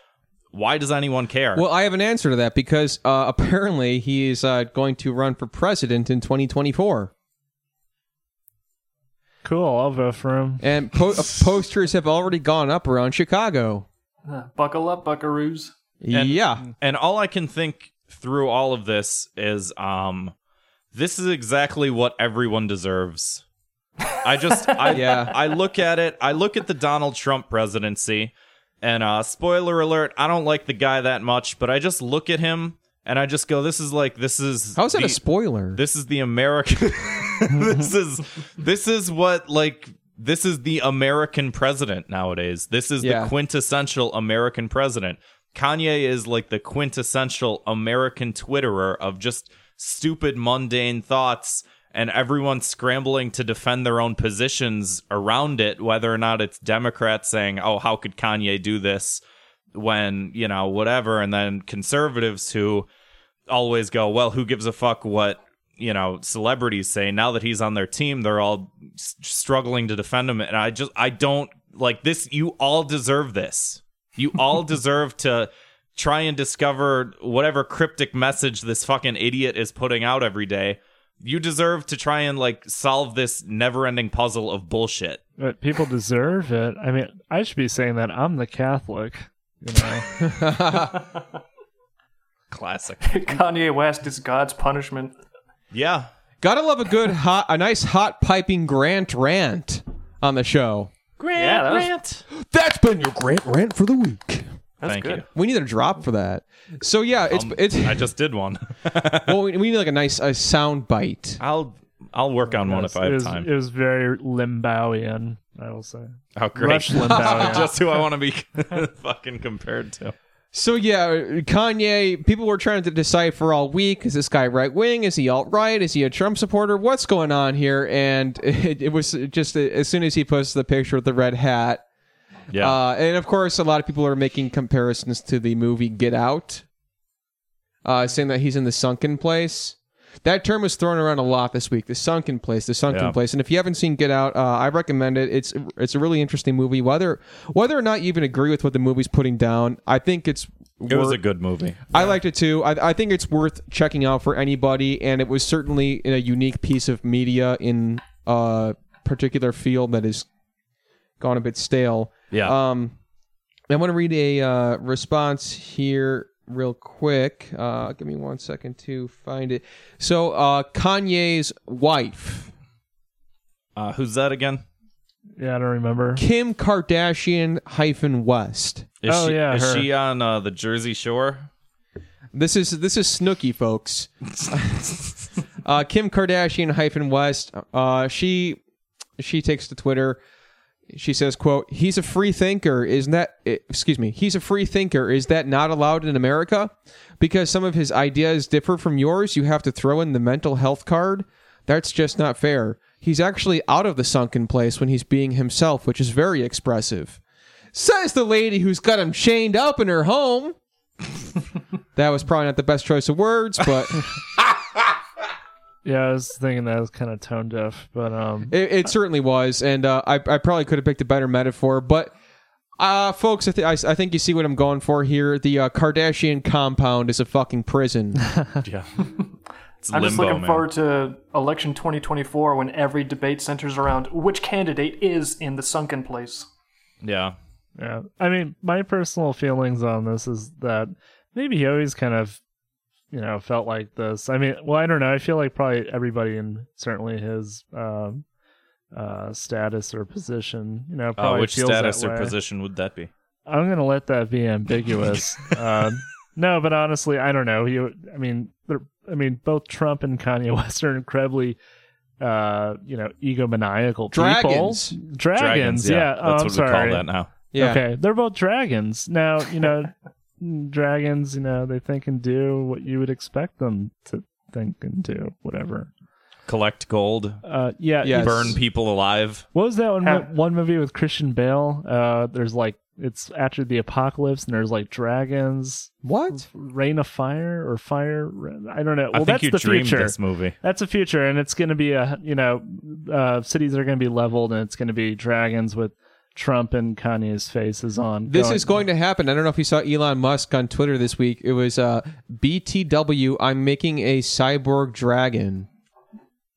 why does anyone care Well, I have an answer to that because uh, apparently he is uh, going to run for president in 2024, Cool. I'll vote for him. and po- *laughs* uh, posters have already gone up around Chicago. Buckle up, buckaroos. *laughs* And- yeah, and all I can think through all of this is um this is exactly what everyone deserves. I *laughs* just I Yeah. I look at it, I look at the Donald Trump presidency and uh spoiler alert, I don't like the guy that much, but I just look at him and I just go this is like this is how's that the- a spoiler? this is the American *laughs* this is this is what like this is the American president nowadays. This is Yeah. the quintessential American president. Kanye is like the quintessential American Twitterer of just stupid mundane thoughts and everyone scrambling to defend their own positions around it whether or not it's Democrats saying, "Oh, how could Kanye do this?" when, you know, whatever and then conservatives who always go, well, who gives a fuck what you know celebrities say? Now that he's on their team, they're all s- struggling to defend him, and I just I don't like this. You all deserve this. You *laughs* all deserve to try and discover whatever cryptic message this fucking idiot is putting out every day. You deserve to try and like solve this never-ending puzzle of bullshit. But people deserve it. I mean, I should be saying that I'm the Catholic. You know, *laughs* Classic. Kanye West is God's punishment. Yeah. Gotta love a good hot, a nice hot piping Grant rant on the show. Grant. Yeah, that was- That's been your Grant rant for the week. That's Thank good. you. We need a drop for that. So yeah, it's Um, it's I just did *laughs* one. *laughs* well, we we need like a nice a sound bite. I'll I'll work on *laughs* one if I it have was, time. It was very Limbowian, I will say. How great. Rush *laughs* Limbaugh. Just who I want to be fucking compared Uh, to. So yeah, Kanye. People were trying to decipher all week: is this guy right wing? Is he alt right? Is he a Trump supporter? What's going on here? And *laughs* it, it was just as soon as he posted the picture with the red hat, Yeah. uh, and of course, a lot of people are making comparisons to the movie Get Out, uh, saying that he's in the sunken place. That term was thrown around a lot this week: the sunken place, the sunken Yeah. place. And if you haven't seen Get Out, uh, I recommend it. It's it's a really interesting movie. Whether whether or not you even agree with what the movie's putting down, I think it's it was worth- a good movie. I liked it too. I, I think it's worth checking out for anybody, and it was certainly a unique piece of media in a particular field that has gone a bit stale. Yeah. Um, I want to read a uh, response here real quick. Uh, give me one second to find it. So uh, Kanye's wife, Uh, who's that again? Yeah, I don't remember. Kim Kardashian hyphen West. Is Oh, she, yeah, Is her. she on uh, the Jersey Shore? This is this is Snooky, folks. uh, Kim Kardashian hyphen West. Uh, she she takes to Twitter. She says, "quote He's a free thinker, isn't that? eh, Excuse me. He's a free thinker. Is that not allowed in America? Because some of his ideas differ from yours. You have to throw in the mental health card. That's just not fair. He's actually out of the sunken place when he's being himself, which is very expressive." Says the lady who's got him chained up in her home. That was probably not the best choice of words, *laughs* but Yeah, I was thinking that was kind of tone deaf, but um, it, it certainly was. And uh, I, I probably could have picked a better metaphor. But, uh, folks, I, th- I, s- I think you see what I'm going for here. The uh, Kardashian compound is a fucking *laughs* prison. Yeah. It's I'm limbo, just looking man. forward to election 2024 when every debate centers around which candidate is in the sunken place. Yeah. yeah. I mean, my personal feelings on this is that maybe he always kind of, you know, felt like this. I mean, well, I don't know. I feel like probably everybody in certainly his um, uh, status or position, you know, Uh, probably which feels status that or way. position would that be? I'm gonna let that be ambiguous. um, no, but honestly, I don't know. You, I mean, they're, I mean, both Trump and Kanye *laughs* West are incredibly, uh, you know, egomaniacal Dragons. people. Dragons, yeah. yeah. Oh, That's I'm what sorry. we call that now. Yeah. Okay, they're both dragons. Now, you know, dragons. You know, they think and do what you would expect them to think and do. Whatever. Collect gold, Uh, yeah. Yes. burn people alive. What was that one Have- one movie with Christian Bale? Uh, there's like it's after the apocalypse, and there's like dragons, What? rain of fire or fire. I don't know. Well, I think that's you the dreamed future. this movie. That's the future, and it's going to be a you know, uh, cities are going to be leveled, and it's going to be dragons with Trump and Kanye's faces on. This is going to happen. I don't know if you saw Elon Musk on Twitter this week. It was uh, BTW, I'm making a cyborg dragon.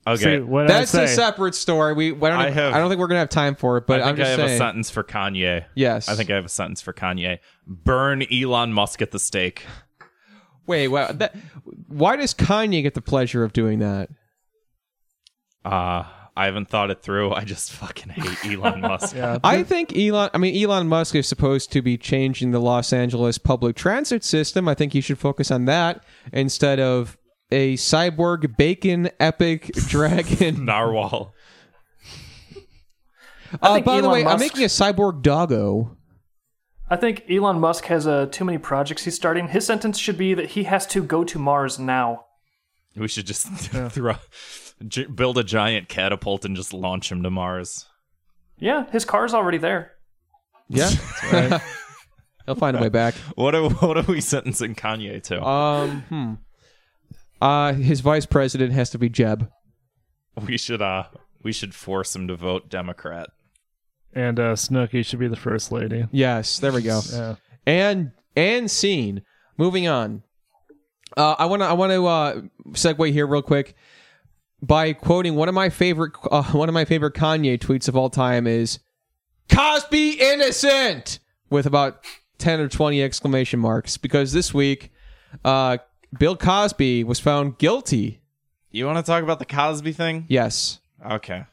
Okay. See, what That's I a say. separate story. We I don't, I have- I don't think we're going to have time for it, but I am think I just have saying. a sentence for Kanye. Yes. I think I have a sentence for Kanye. Burn Elon Musk at the stake. Wait, wow, that, why does Kanye get the pleasure of doing that? Uh, I haven't thought it through. I just fucking hate Elon Musk. Yeah. I think Elon. I mean, Elon Musk is supposed to be changing the Los Angeles public transit system. I think he should focus on that instead of a cyborg bacon *laughs* epic dragon. Narwhal. uh, think by the Elon way, I'm Musk- making a cyborg doggo. I think Elon Musk has uh, too many projects he's starting. His sentence should be that he has to go to Mars now. We should just *laughs* throw, gi- build a giant catapult and just launch him to Mars. Yeah, his car's already there. *laughs* Yeah, he'll find a way back. What are *laughs* what are we sentencing Kanye to? Um, hmm. Uh, his vice president has to be Jeb. we should uh we should force him to vote Democrat. and uh, Snooki should be the first lady. Yes, there we go. Yeah. and and scene. Moving on. Uh, I want to I want to uh, segue here real quick. by quoting one of my favorite uh, *laughs* one of my favorite Kanye tweets of all time is Cosby innocent with about 10 or 20 exclamation marks because this week uh, Bill Cosby was found guilty. You want to talk about the Cosby thing? Yes, Okay.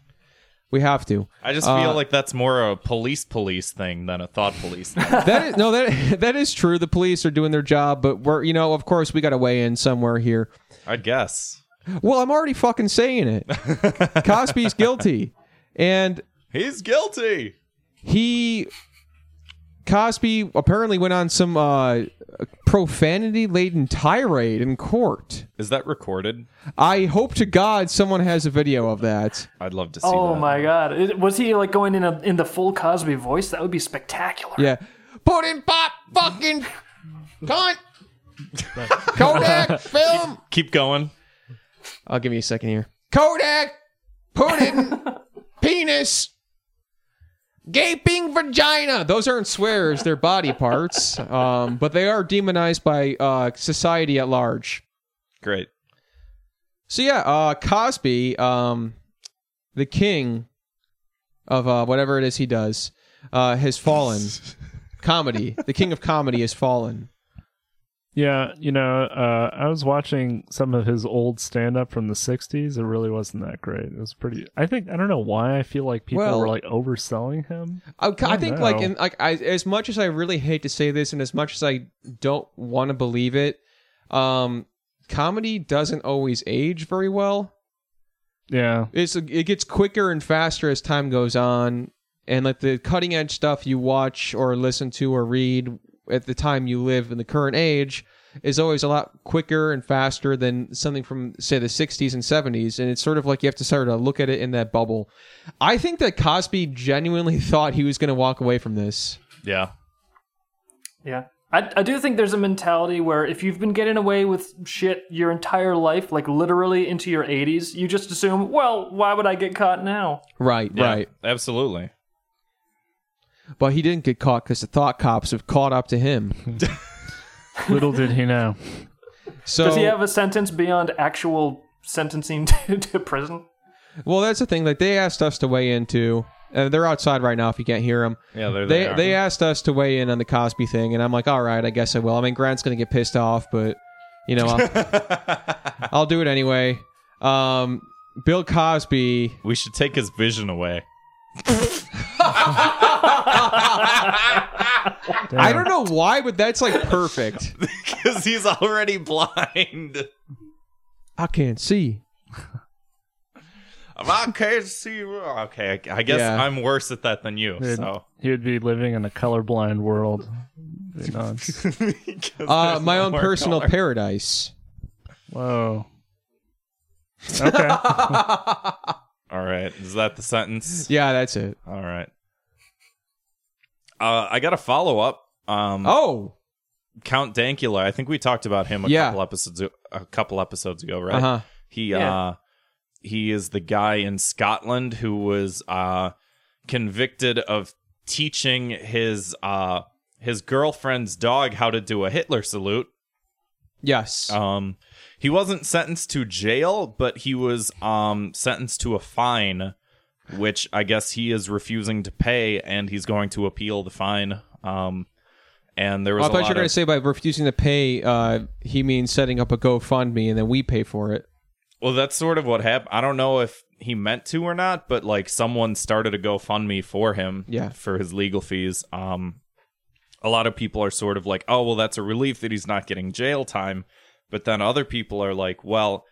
we have to. I just feel like that's more a police police thing than a thought police thing. *laughs* That is, no, that *laughs* that is true. The police are doing their job, but we're you know, of course, we got to weigh in somewhere here. I guess. Well, I'm already fucking saying it. Cosby's guilty, and He's guilty. he Cosby apparently went on some uh, profanity laden tirade in court. Is that recorded? I hope to God someone has a video of that. I'd love to see Oh that. my god, It- was he like going in a, in the full Cosby voice? That would be spectacular. Yeah, put in pop fucking cunt. Kodak film. Keep going. I'll give you a second here. Kodak, pudding, penis, gaping vagina. Those aren't swears; they're body parts, um, but they are demonized by uh, society at large. Great. So yeah, uh, Cosby, um, the king of uh, whatever it is he does, uh, has fallen. comedy, the king of comedy, has fallen. Yeah, you know, uh, I was watching some of his old stand up from the 60s. It really wasn't that great. It was pretty. I think, I don't know why I feel like people Well- were like overselling him. I, I think know. like in, like I, as much as I really hate to say this, and as much as I don't want to believe it, um, comedy doesn't always age very well. Yeah. It's it gets quicker and faster as time goes on, and like the cutting edge stuff you watch or listen to or read at the time you live in the current age is always a lot quicker and faster than something from say the 60s and 70s and it's sort of like you have to sort of look at it in that bubble i think that cosby genuinely *laughs* thought he was going to walk away from this Yeah. Yeah. I, I do think there's a mentality where if you've been getting away with shit your entire life, like literally into your 80s, you just assume, well, why would I get caught now? Right, Yeah, right. Absolutely. But he didn't get caught because the thought cops have caught up to *laughs* him. Little did he know. So, Does he have a sentence beyond actual sentencing *laughs* to, to prison? well, that's the thing. Like they asked us to weigh into, and they're outside right now. If you can't hear them, Yeah, there they they, they, are. asked us to weigh in on the Cosby thing, and I'm like, all right, I guess I will. I mean, Grant's gonna get pissed off, but you know, I'll, *laughs* I'll do it anyway. Um, Bill Cosby. we should take his vision away. I don't know why, but that's like perfect. *laughs* Because he's already blind. I can't see. *laughs* I can't see. Okay, I I guess Yeah. I'm worse at that than you. Dude. So He would be living in a colorblind world. *laughs* Be nuts. 'Cause Uh, there's my no own *laughs* more personal color. *laughs* paradise. Whoa. Okay. All right, is that the sentence? Yeah, that's it. All right. Uh, I got a follow up. Um, Oh, Count Dankula. I think we talked about him a Yeah. couple episodes a couple episodes ago, right? uh huh. He Yeah. uh he is the guy in Scotland who was uh convicted of teaching his uh his girlfriend's dog how to do a Hitler salute. Yes. Um he wasn't sentenced to jail, but he was um sentenced to a fine which I guess he is refusing to pay and he's going to appeal the fine. Um and there was Oh, I a thought you lot were going to of- say by refusing to pay, uh, he means setting up a GoFundMe and then we pay for it. Well, that's sort of what happened. I don't know if he meant to or not, but like someone started a GoFundMe for him, Yeah. for his legal fees. Um, a lot of people are sort of like, oh, well, that's a relief that he's not getting jail time, but then other people are like, well,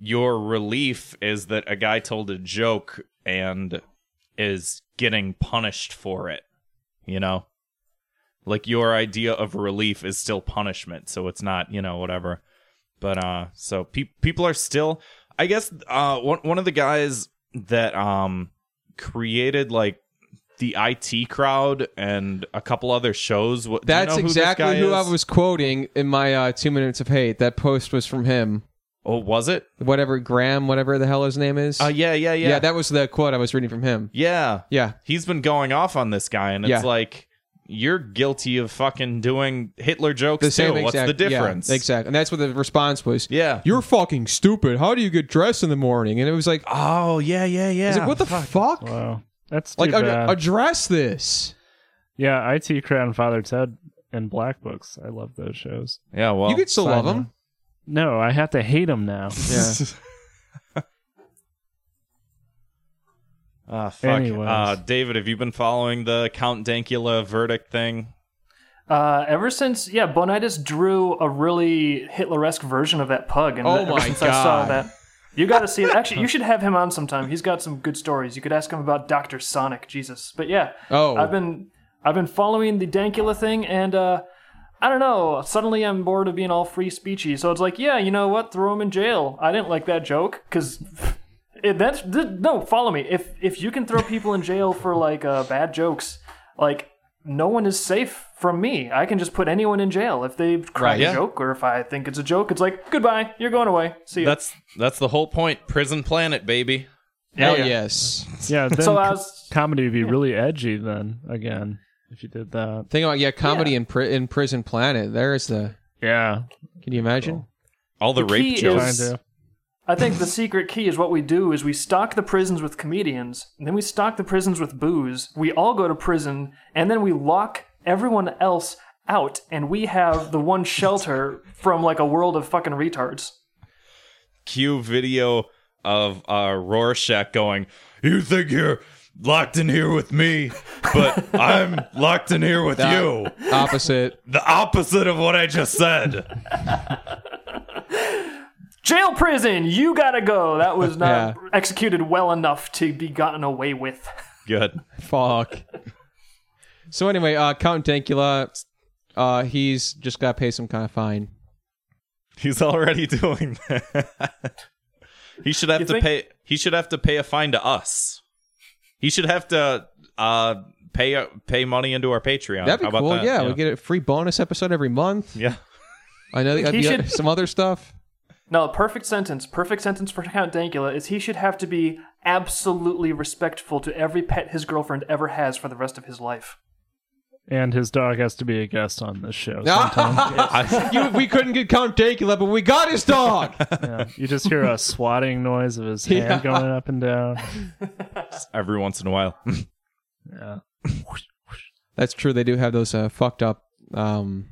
your relief is that a guy told a joke and is getting punished for it, you know. Like your idea of relief is still punishment, so it's not, you know, whatever but uh so pe- people are still i guess uh one, one of the guys that um created like the IT crowd and a couple other shows. What, do you That's know who this exactly guy who, is? I was quoting in my uh, two minutes of hate. That post was from him. Oh, was it? Whatever Graham, whatever the hell his name is. Oh, yeah, yeah, yeah, yeah. that was the quote I was reading from him. yeah. Yeah, He's been going off on this guy, and it's Yeah. like you're guilty of fucking doing Hitler jokes the same too. exact, What's the yeah, difference? exactly. And that's what the response was. Yeah. You're fucking stupid. How do you get dressed in the morning? And it was like, I Oh yeah, yeah, yeah. was like, what the fuck? Wow, that's too Like, ad- bad. address this. yeah, IT Crowd and Father Ted and Black Books. I love those shows. yeah, well, you could still love fine, them. No, I have to hate them now. Yeah. *laughs* Ah, fuck. Anyways. Uh, David, have you been following the Count Dankula verdict thing? Uh, ever since, yeah, Bonitas drew a really Hitleresque version of that pug. And Oh ever my since I saw God. that, you got to see it. Actually, you should have him on sometime. He's got some good stories. You could ask him about Doctor Sonic, Jesus. But yeah, Oh. I've been I've been following the Dankula thing, and uh, I don't know. Suddenly, I'm bored of being all free speechy. So it's like, yeah, you know what? Throw him in jail. I didn't like that joke because it, that's th- no. Follow me. If if you can throw people in jail for like uh, bad jokes, like no one is safe from me. I can just put anyone in jail if they crack Right, yeah. a joke or if I think it's a joke. It's like goodbye. You're going away. See you. That's that's the whole point. Prison Planet, baby. Hell yeah. yes. Yeah, then so I co- was comedy would be really edgy then again if you did that. Think about yeah, comedy in pri- in Prison Planet. There's the. Yeah, Can you imagine? All the, The rape key jokes. kind Is- of. I think the secret key is what we do is we stock the prisons with comedians, and then we stock the prisons with booze. We all go to prison, and then we lock everyone else out, and we have the one shelter from like a world of fucking retards. Cue video of uh, Rorschach going, "You think you're locked in here with me, but I'm locked in here with you." Opposite. The opposite of what I just said. Jail prison, you gotta go. That was not Yeah. executed well enough to be gotten away with. *laughs* Good. Fuck. *laughs* So anyway, uh, Count Dankula, uh, he's just got to pay some kind of fine. He's already *laughs* doing that. he should have You to think- pay. He should have to pay a fine to us. He should have to uh, pay pay money into our Patreon. That'd Uh, How be about cool. that? Yeah, we get a free bonus episode every month. yeah. I know He you know, should- some other stuff. No, a perfect sentence, perfect sentence for *laughs* Count Dankula is he should have to be absolutely respectful to every pet his girlfriend ever has for the rest of his life. And his dog has to be a guest on *laughs* this show. Sometime. I- *laughs* you, we couldn't get Count Dankula, but we got his dog. yeah. You just hear a swatting noise of his hand *laughs* Yeah. going up and down. every once in a while. *laughs* Yeah. That's true. They do have those uh, fucked up, um,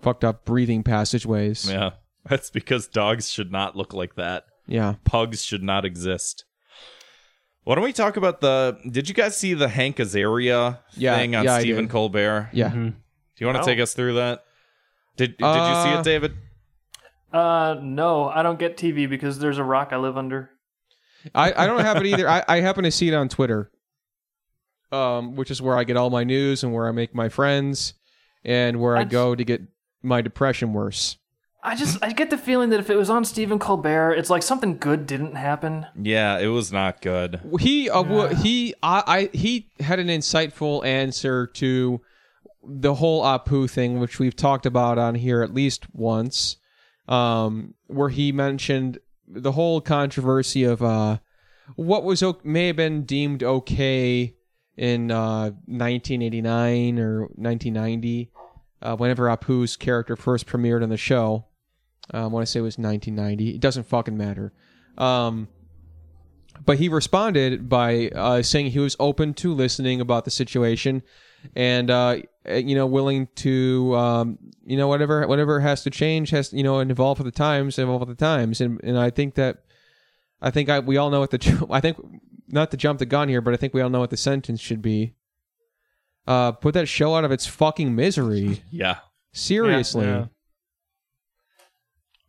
fucked up breathing passageways. yeah. That's because dogs should not look like that. Yeah. Pugs should not exist. Why don't we talk about the? Did you guys see the Hank Azaria Yeah, thing on yeah, I Stephen did. Colbert? Yeah. Mm-hmm. Do you want to No. take us through that? Did Did you see Uh, it, David? Uh, no, I don't get TV because there's a rock I live under. I, I don't have it either. I, I happen to see it on Twitter, um, which is where I get all my news and where I make my friends and where I That's- go to get my depression worse. I just, I get the feeling that if it was on Stephen Colbert, it's like something good didn't happen. Yeah, it was not good. He uh, wa- he I, I he had an insightful answer to the whole Apu thing, which we've talked about on here at least once, um, where he mentioned the whole controversy of uh, what was o- may have been deemed okay in uh, 1989 or 1990, uh, whenever Apu's character first premiered on the show. Um, I want to say it was 1990. It doesn't fucking matter. Um, but he responded by uh, saying he was open to listening about the situation and uh, you know willing to um, you know whatever whatever has to change has you know and evolve with the times and evolve with the times and and I think that I think I we all know what the *laughs* I think not to jump the gun here but I think we all know what the sentence should be uh, put that show out of its fucking misery Yeah. seriously Yeah.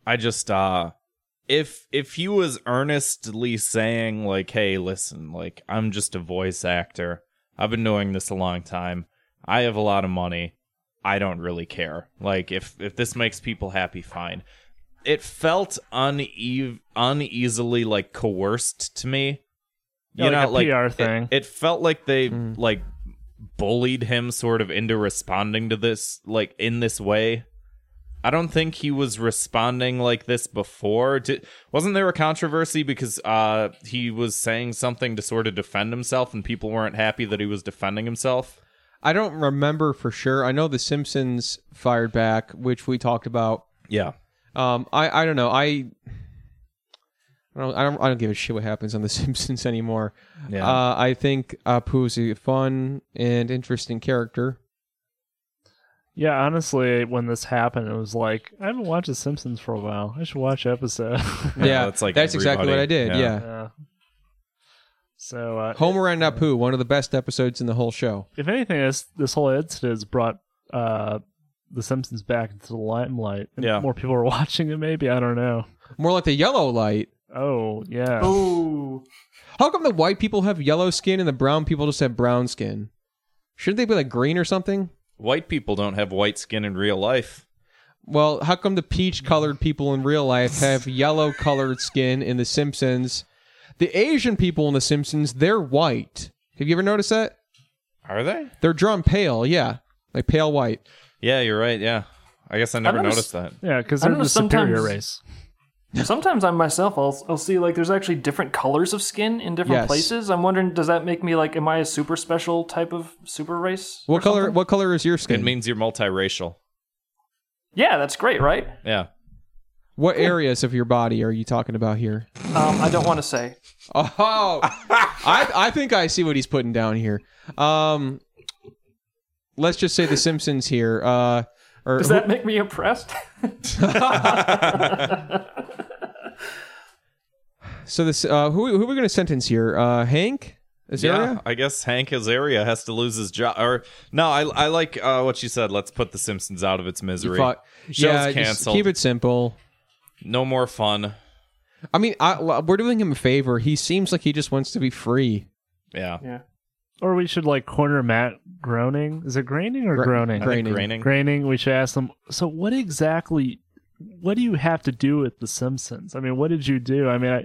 I just uh if if he was earnestly saying like, "Hey, listen, like I'm just a voice actor. I've been doing this a long time. I have a lot of money. I don't really care. Like if if this makes people happy, fine." It felt unev- uneasily like coerced to me. Yeah, like a PR it- thing. It, felt like they like bullied him sort of into responding to this like in this way. I don't think he was responding like this before. Did, wasn't there a controversy because uh, he was saying something to sort of defend himself, and people weren't happy that he was defending himself? I don't remember for sure. I know The Simpsons fired back, which we talked about. Yeah. Um, I I don't know. I. I don't, I don't. I don't give a shit what happens on The *laughs* Simpsons anymore. Yeah. Uh, I think Apu's a fun and interesting character. Yeah, honestly, when this happened, it was like I haven't watched The Simpsons for a while. I should watch an episode. *laughs* Yeah, that's like that's exactly what I everybody. did. Yeah. Yeah. Yeah. Uh, so uh, Homer and Apu, one of the best episodes in the whole show. if anything, this this whole incident has brought uh, The Simpsons back into the limelight. And Yeah. more people are *laughs* watching it. Maybe I don't know. More like the yellow light. Oh yeah, Ooh. How come the white people have yellow skin and the brown people just have brown skin? Shouldn't they be like green or something? White people don't have white skin in real life. Well, how come the peach colored people in real life have yellow colored skin in The Simpsons? The Asian people in The Simpsons, they're white. Have you ever noticed that? Are they? They're drawn pale, yeah. Like pale white. Yeah, you're right. Yeah. I guess I never noticed- noticed that. yeah, because I they're don't know, the superior sometimes- race. Sometimes I myself, I'll, I'll see like there's actually different colors of skin in different Yes. places. I'm wondering, does that make me like, am I a super special type of super race? What color what color is your It skin? means you're multiracial. Yeah, that's great, right? Yeah. what areas of your body are you talking about here? Um, I don't want *laughs* to say. Oh, I I think I see what he's putting down here. Um, let's just say the Simpsons here. Uh, or Does that make me impressed? so this uh, who who are we going to sentence here? Uh, Hank Azaria. Yeah, I guess Hank Azaria has to lose his job. Or no, I I like uh, what you said. Let's put The Simpsons out of its misery. Fuck. yeah, just canceled. keep it simple. No more fun. I mean, I, we're doing him a favor. He seems like he just wants to be free. Yeah. Or we should like corner Matt groaning. Is it graining or Gra- groaning? gra- Graining. Graining. graining. We should ask them. So what exactly? What do you have to do with The Simpsons? I mean, what did you do? I mean, I,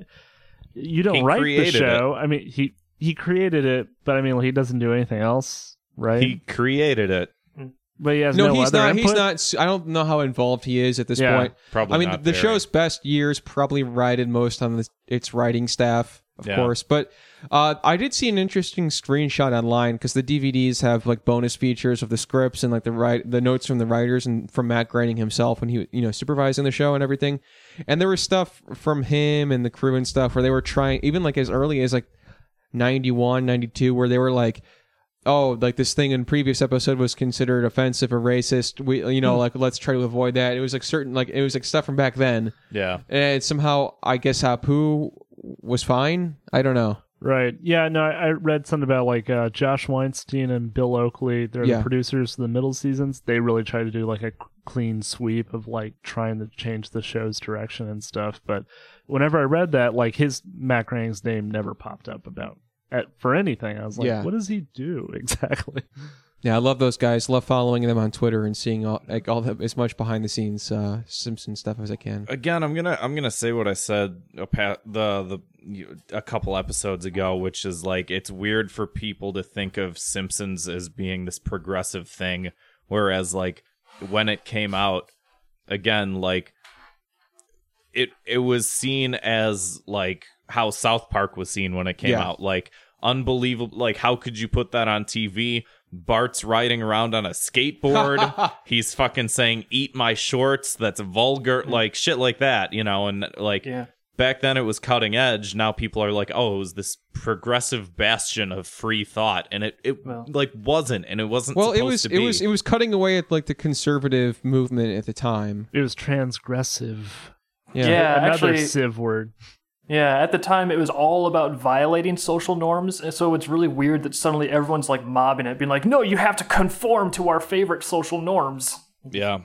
you don't He write the created show. I mean, he he created it, but I mean, he doesn't do anything else, right? He created it. but he has No, no, he's other not. He's input? not. s- I don't know how involved he is at this Yeah. point. Probably. I mean, not the very. show's best years probably righted most on the, its writing staff, of Yeah. course. But uh, I did see an interesting screenshot online because the DVDs have like bonus features of the scripts and like the write the notes from the writers and from Matt Groening himself when he was, you know supervising the show and everything. And there was stuff from him and the crew and stuff where they were trying even like as early as like 91, 92, where they were like. Oh, like this thing in previous episode was considered offensive or racist. We, you know, like let's try to avoid that. It was like certain, like it was like stuff from back then Yeah. and somehow I guess Hapu was fine. I don't know. Right. Yeah. No, I, I read something about like uh, Josh Weinstein and Bill Oakley. They're Yeah. the producers of the middle seasons. They really try to do like a c- clean sweep of like trying to change the show's direction and stuff. But whenever I read that, like his Matt Groening's name never popped up about at, for anything. I was like, Yeah. what does he do *laughs* exactly? Yeah, I love those guys. Love following them on Twitter and seeing all like all the, as much behind the scenes uh, Simpson stuff as I can. Again, I'm gonna I'm gonna say what I said a pa- the the you- a couple episodes ago, which is like it's weird for people to think of Simpsons as being this progressive thing, whereas like when it came out, again like it it was seen as like how South Park was seen when it came Yeah. out like unbelievable like how could you put that on TV Bart's riding around on a *laughs* skateboard he's fucking saying eat my shorts that's vulgar Hmm. like shit like that you know and like Yeah. back then it was cutting edge now people are like oh it was this progressive bastion of free thought and it it Well. like wasn't and it wasn't Well, it supposed was to it be. was it was cutting away at like the conservative movement at the time. It was transgressive. *laughs* Yeah. Yeah, Another actually- civ word. Yeah, at the time it was all about violating social norms, and so it's really weird that suddenly everyone's like mobbing it, being like, "No, you have to conform to our favorite social norms." Yeah.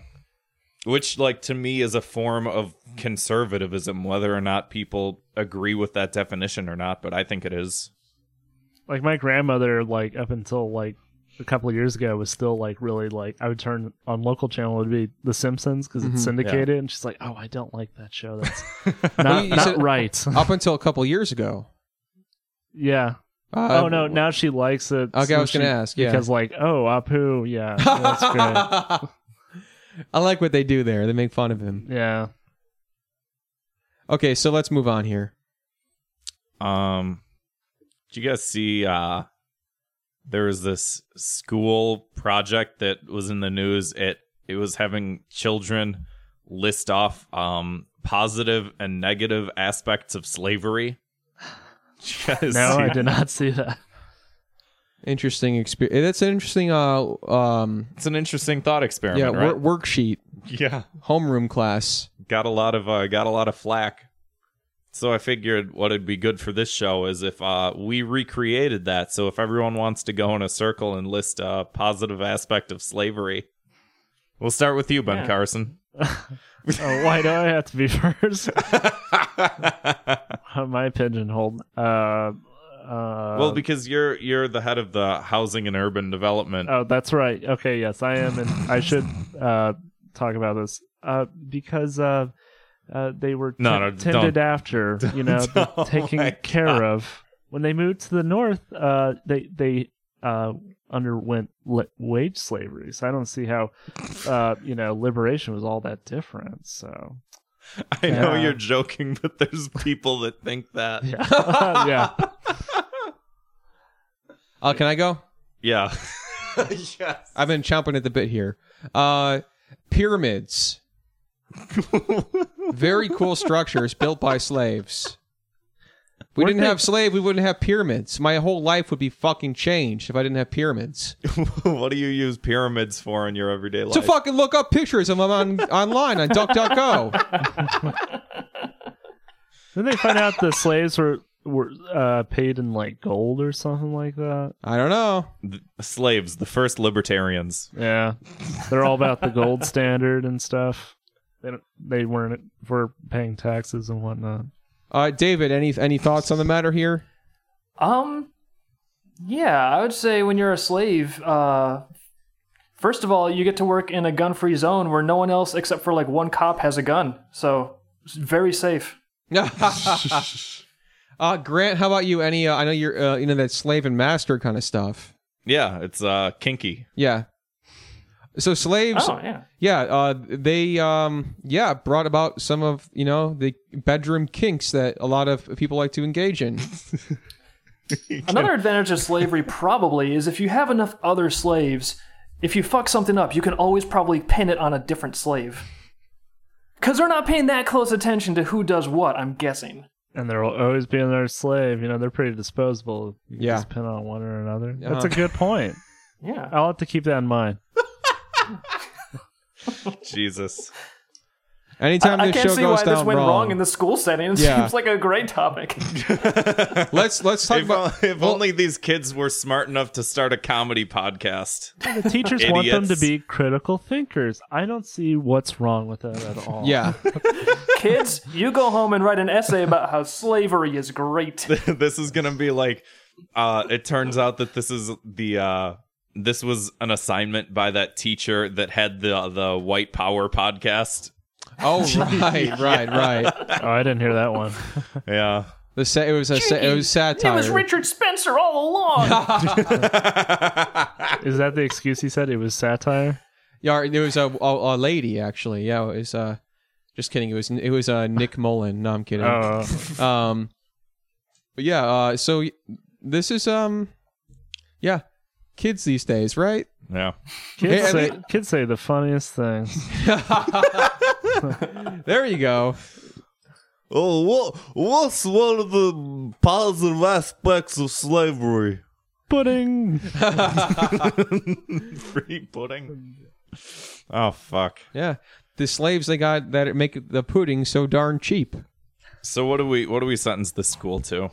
Which, like, to me is a form of conservatism, whether or not people agree with that definition or not, but I think it is. like my grandmother like up until like a couple of years ago was still like really like i would turn on local channel it would be the simpsons because Mm-hmm. it's syndicated and she's like oh i don't like that show that's *laughs* not, you not said- right *laughs* Up until a couple years ago. yeah Uh, oh no now she likes Okay, it I so was gonna she- ask, yeah. because like oh apu yeah *laughs* that's good I like what they do there. They make fun of him. yeah Okay, so let's move on here. Um, did you guys see uh, there was this school project that was in the news. It it was having children list off um, positive and negative aspects of slavery. *sighs* Did you guys No, see I did not *laughs* see that. Interesting experience. That's an interesting uh um It's an interesting thought yeah experiment, right? wor- worksheet yeah, homeroom class. got a lot of uh, got a lot of flack. So I figured what'd be good for this show is if uh, we recreated that. So if everyone wants to go in a circle and list a positive aspect of slavery, we'll start with you, Ben Yeah. Carson. Oh, why do I have to be *laughs* first? *laughs* well, My pigeonhole. Uh, uh, well, because you're you're the head of the housing and urban development. oh, that's right. Okay, yes, I am, and I should uh, talk about this uh, because uh, uh, they were No, t- no, tended don't. after, *laughs* you know, Don't. the Oh taking my care of. When they moved to the north, uh, they they uh, underwent le- wage slavery. So I don't see how, uh, you know, liberation was all that different. So *laughs* I know yeah. you're joking, but there's people that think that. yeah, yeah. Uh, can I go? Yeah. *laughs* yes. I've been chomping at the bit here. Uh, pyramids. Very cool structures built by slaves. We didn't have slave, we wouldn't have pyramids. My whole life would be fucking changed if I didn't have pyramids. what do you use pyramids for in your everyday life? To fucking look up pictures of them on online on DuckDuckGo. Then they find out the slaves were were uh, paid in like gold or something like that. I don't know. Th- slaves, the first libertarians. Yeah, they're all about the gold standard and stuff. They don't, they weren't for paying taxes and whatnot. Uh, David, any any thoughts on the matter here? Um, yeah, I would say when you're a slave, uh, first of all, you get to work in a gun-free zone where no one else except for like one cop has a gun, so it's very safe. uh, Grant, how about you? Any? Uh, I know you're uh, you know that slave and master kind of stuff. Yeah, it's uh kinky. Yeah. So slaves, Oh *laughs* yeah, yeah, uh, they, um, yeah, brought about some of you know the bedroom kinks that a lot of people like to engage *laughs* in. another advantage of *laughs* slavery probably is if you have enough other slaves, if you fuck something up, you can always probably pin it on a different slave. Cause they're not paying that close attention to who does what. I'm guessing. And they're always being their slave. You know, they're pretty disposable. You can Yeah. just pin on one or another. That's Uh-huh. a good point. Yeah. I'll have to keep that in mind. Jesus. Anytime I this can't show see goes why down this went wrong. wrong, in the school setting. It Yeah. seems like a great topic. *laughs* *laughs* let's let's talk If, about. o- if only these kids were smart enough to start a comedy podcast. *laughs* The teachers want them to Idiots. be critical thinkers. I don't see what's wrong with that at all. Yeah, Kids, you go home and write an essay about how slavery is great. this is gonna be like uh it turns out that this is the uh this was an assignment by that teacher that had the the white power podcast. *laughs* oh right, right, right. Oh, I didn't hear that one. Yeah. *laughs* The sa- it was a sa- it was satire. It was Richard Spencer *laughs* all along. Is that the excuse he said? It was satire. Yeah, it was a, a, a lady actually. Yeah, it was. Uh, just kidding. It was it was uh, Nick Mullen. No, I'm kidding. Oh, Um, but yeah. Uh, so y- this is um, yeah, kids these days, right? Yeah. kids Hey, say I mean- kids say the funniest things. There you go. Oh what what's one of the positive aspects of slavery? Pudding. *laughs* Free pudding. Oh fuck. Yeah, the slaves they got that make the pudding so darn cheap. So what do we what do we sentence this school to?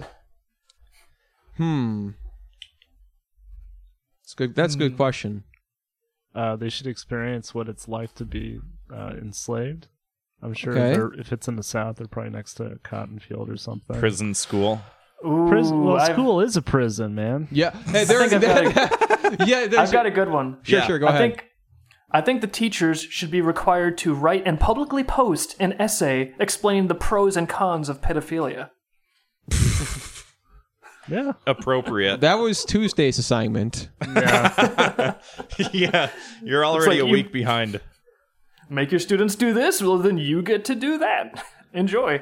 Hmm. That's good. That's a Hmm. good question. Uh, they should experience what it's like to be uh, enslaved. I'm sure Okay. they're if it's in the south, they're probably next to a cotton field or something. Prison school. Ooh, Prison. Well, I've, school is a prison, man. Yeah. Hey, there's I've *laughs* got yeah. There's I've got a good one. sure. Yeah. Sure. *laughs* Go I ahead. think I think the teachers should be required to write and publicly post an essay explaining the pros and cons of pedophilia. Yeah. Appropriate. that was Tuesday's assignment. yeah. You're already like a you- week behind. Make your students do this, well then you get to do that. Enjoy.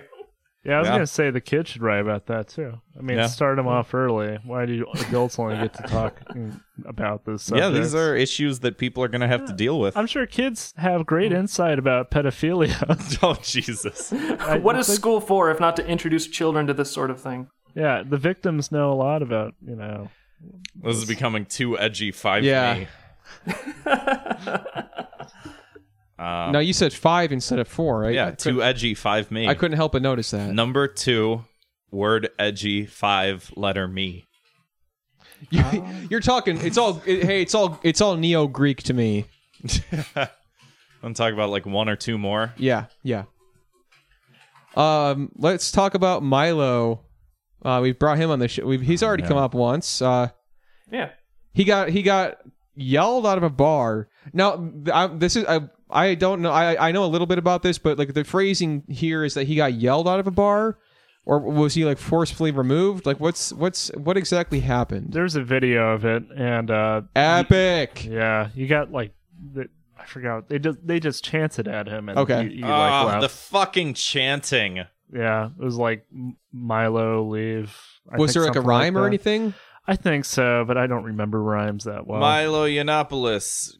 Yeah, I was Yeah. gonna say the kid should write about that too. I mean, Yeah. start them off early. Why do adults only get to talk mm, about this? Yeah, Subject? these are issues that people are going to have to deal with. *laughs* I'm sure kids have great insight about pedophilia. *laughs* oh Jesus! I What is think- school for if not to introduce children to this sort of thing? Yeah, the victims know a lot about you know. This is becoming too edgy. Five Yeah. me. no, you said five instead of four, right? Yeah, I too edgy. Five me. I couldn't help but notice that. Number two, word edgy. Five letter me. You, *laughs* you're talking. It's all. It, hey, it's all. It's all neo Greek to me. I'm talking about like one or two more. Yeah, yeah. Um, let's talk about Milo. Uh, we've brought him on the show. We've, he's already come up once. Uh, Yeah. he got he got yelled out of a bar. Now, th- I, this is I I don't know. I I know a little bit about this, but like the phrasing here is that he got yelled out of a bar, or was he like forcefully removed? Like, what's what's what exactly happened? There's a video of it, and uh, Epic. yeah, you got like the, I forgot they just they just chanted at him, and Okay. he, he, Ah, like, left. the fucking chanting. yeah, it was like M- Milo leave. I Was think there like a something rhyme or that. anything? I think so, but I don't remember rhymes that well. Milo Yiannopoulos,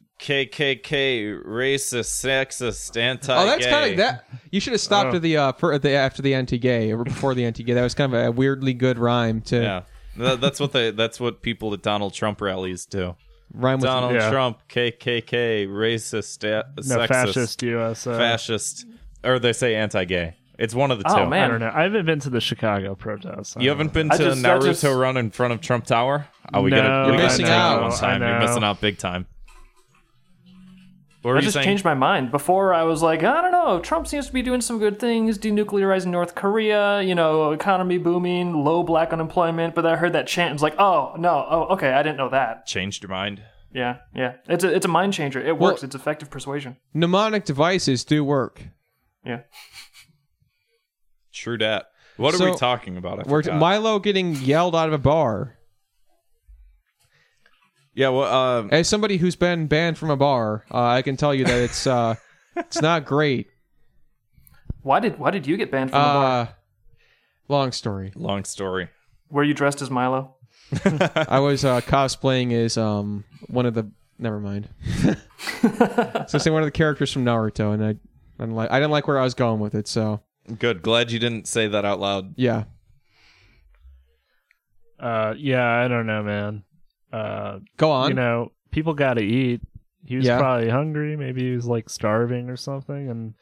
KKK, racist, sexist, anti. Oh, that's kind of that. You should have stopped at the uh per, at the after the anti-gay or before the anti-gay. That was kind of a weirdly good rhyme to Yeah, Th- that's what they. That's what people at Donald Trump rallies do. rhyme with. Donald Yeah. Trump, KKK, racist, a- no, sexist, fascist uh, USA. fascist, or they say anti-gay. It's one of the two. Oh, man. I don't know. I haven't been to the Chicago protests. You haven't been I to just- I Naruto just- run in front of Trump Tower? Oh, we No, gotta, we You're gotta missing take that out. One I time. You're know. missing out big time. What were I you just saying? changed my mind. Before I was like, I don't know, Trump seems to be doing some good things, denuclearizing North Korea, you know, economy booming, low black unemployment. But then I heard that chant, I was like, oh no, oh okay, I didn't know that. Changed your mind. Yeah, yeah, it's a it's a mind changer. It works. it's effective persuasion. Mnemonic devices do work. Yeah, True dat. What are So- we talking about? I We're forgot. Milo getting yelled out of a bar. yeah. Well, um, As somebody who's been banned from a bar, uh, I can tell you that it's uh, it's not great. why did why did you get banned from the bar? Uh, long story. long story. Were you dressed as Milo? I was uh, cosplaying as um one of the. Never mind. so say one of the characters from Naruto, and I, I didn't like I didn't like where I was going with it. So Good. Glad you didn't say that out loud. yeah, Uh, yeah, I don't know, man. Uh, go on. you know, people got to eat. He was Yeah. probably hungry. Maybe he was like starving or something. And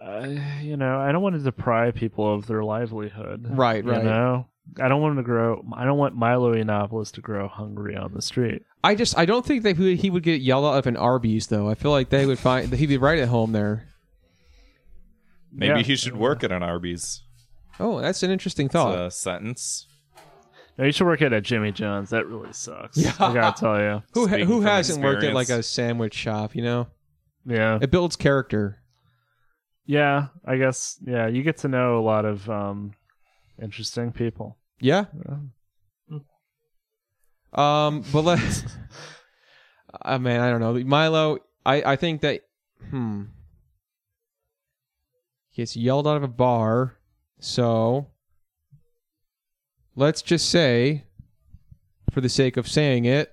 uh, you know, I don't want to deprive people of their livelihood. Right, You right. know, I don't want 'em to grow. I don't want Milo Yiannopoulos to grow hungry on the street. I just I don't think that he would- he would get yelled out of an Arby's though. I feel like they would find that he'd be right at home there. Maybe Yeah. he should work at an Arby's. Oh, that's an interesting It's thought. a sentence. No, you should work at a Jimmy John's. That really sucks. I gotta tell you. who ha- speaking who from hasn't worked at like a experience. sandwich shop? You know, *laughs* Yeah. it builds character. Yeah, I guess. Yeah, you get to know a lot of um, interesting people. Yeah. Um, but *laughs* let's. I mean, I don't know, Milo. I I think that hmm. He gets yelled out of a bar, so let's just say, for the sake of saying it,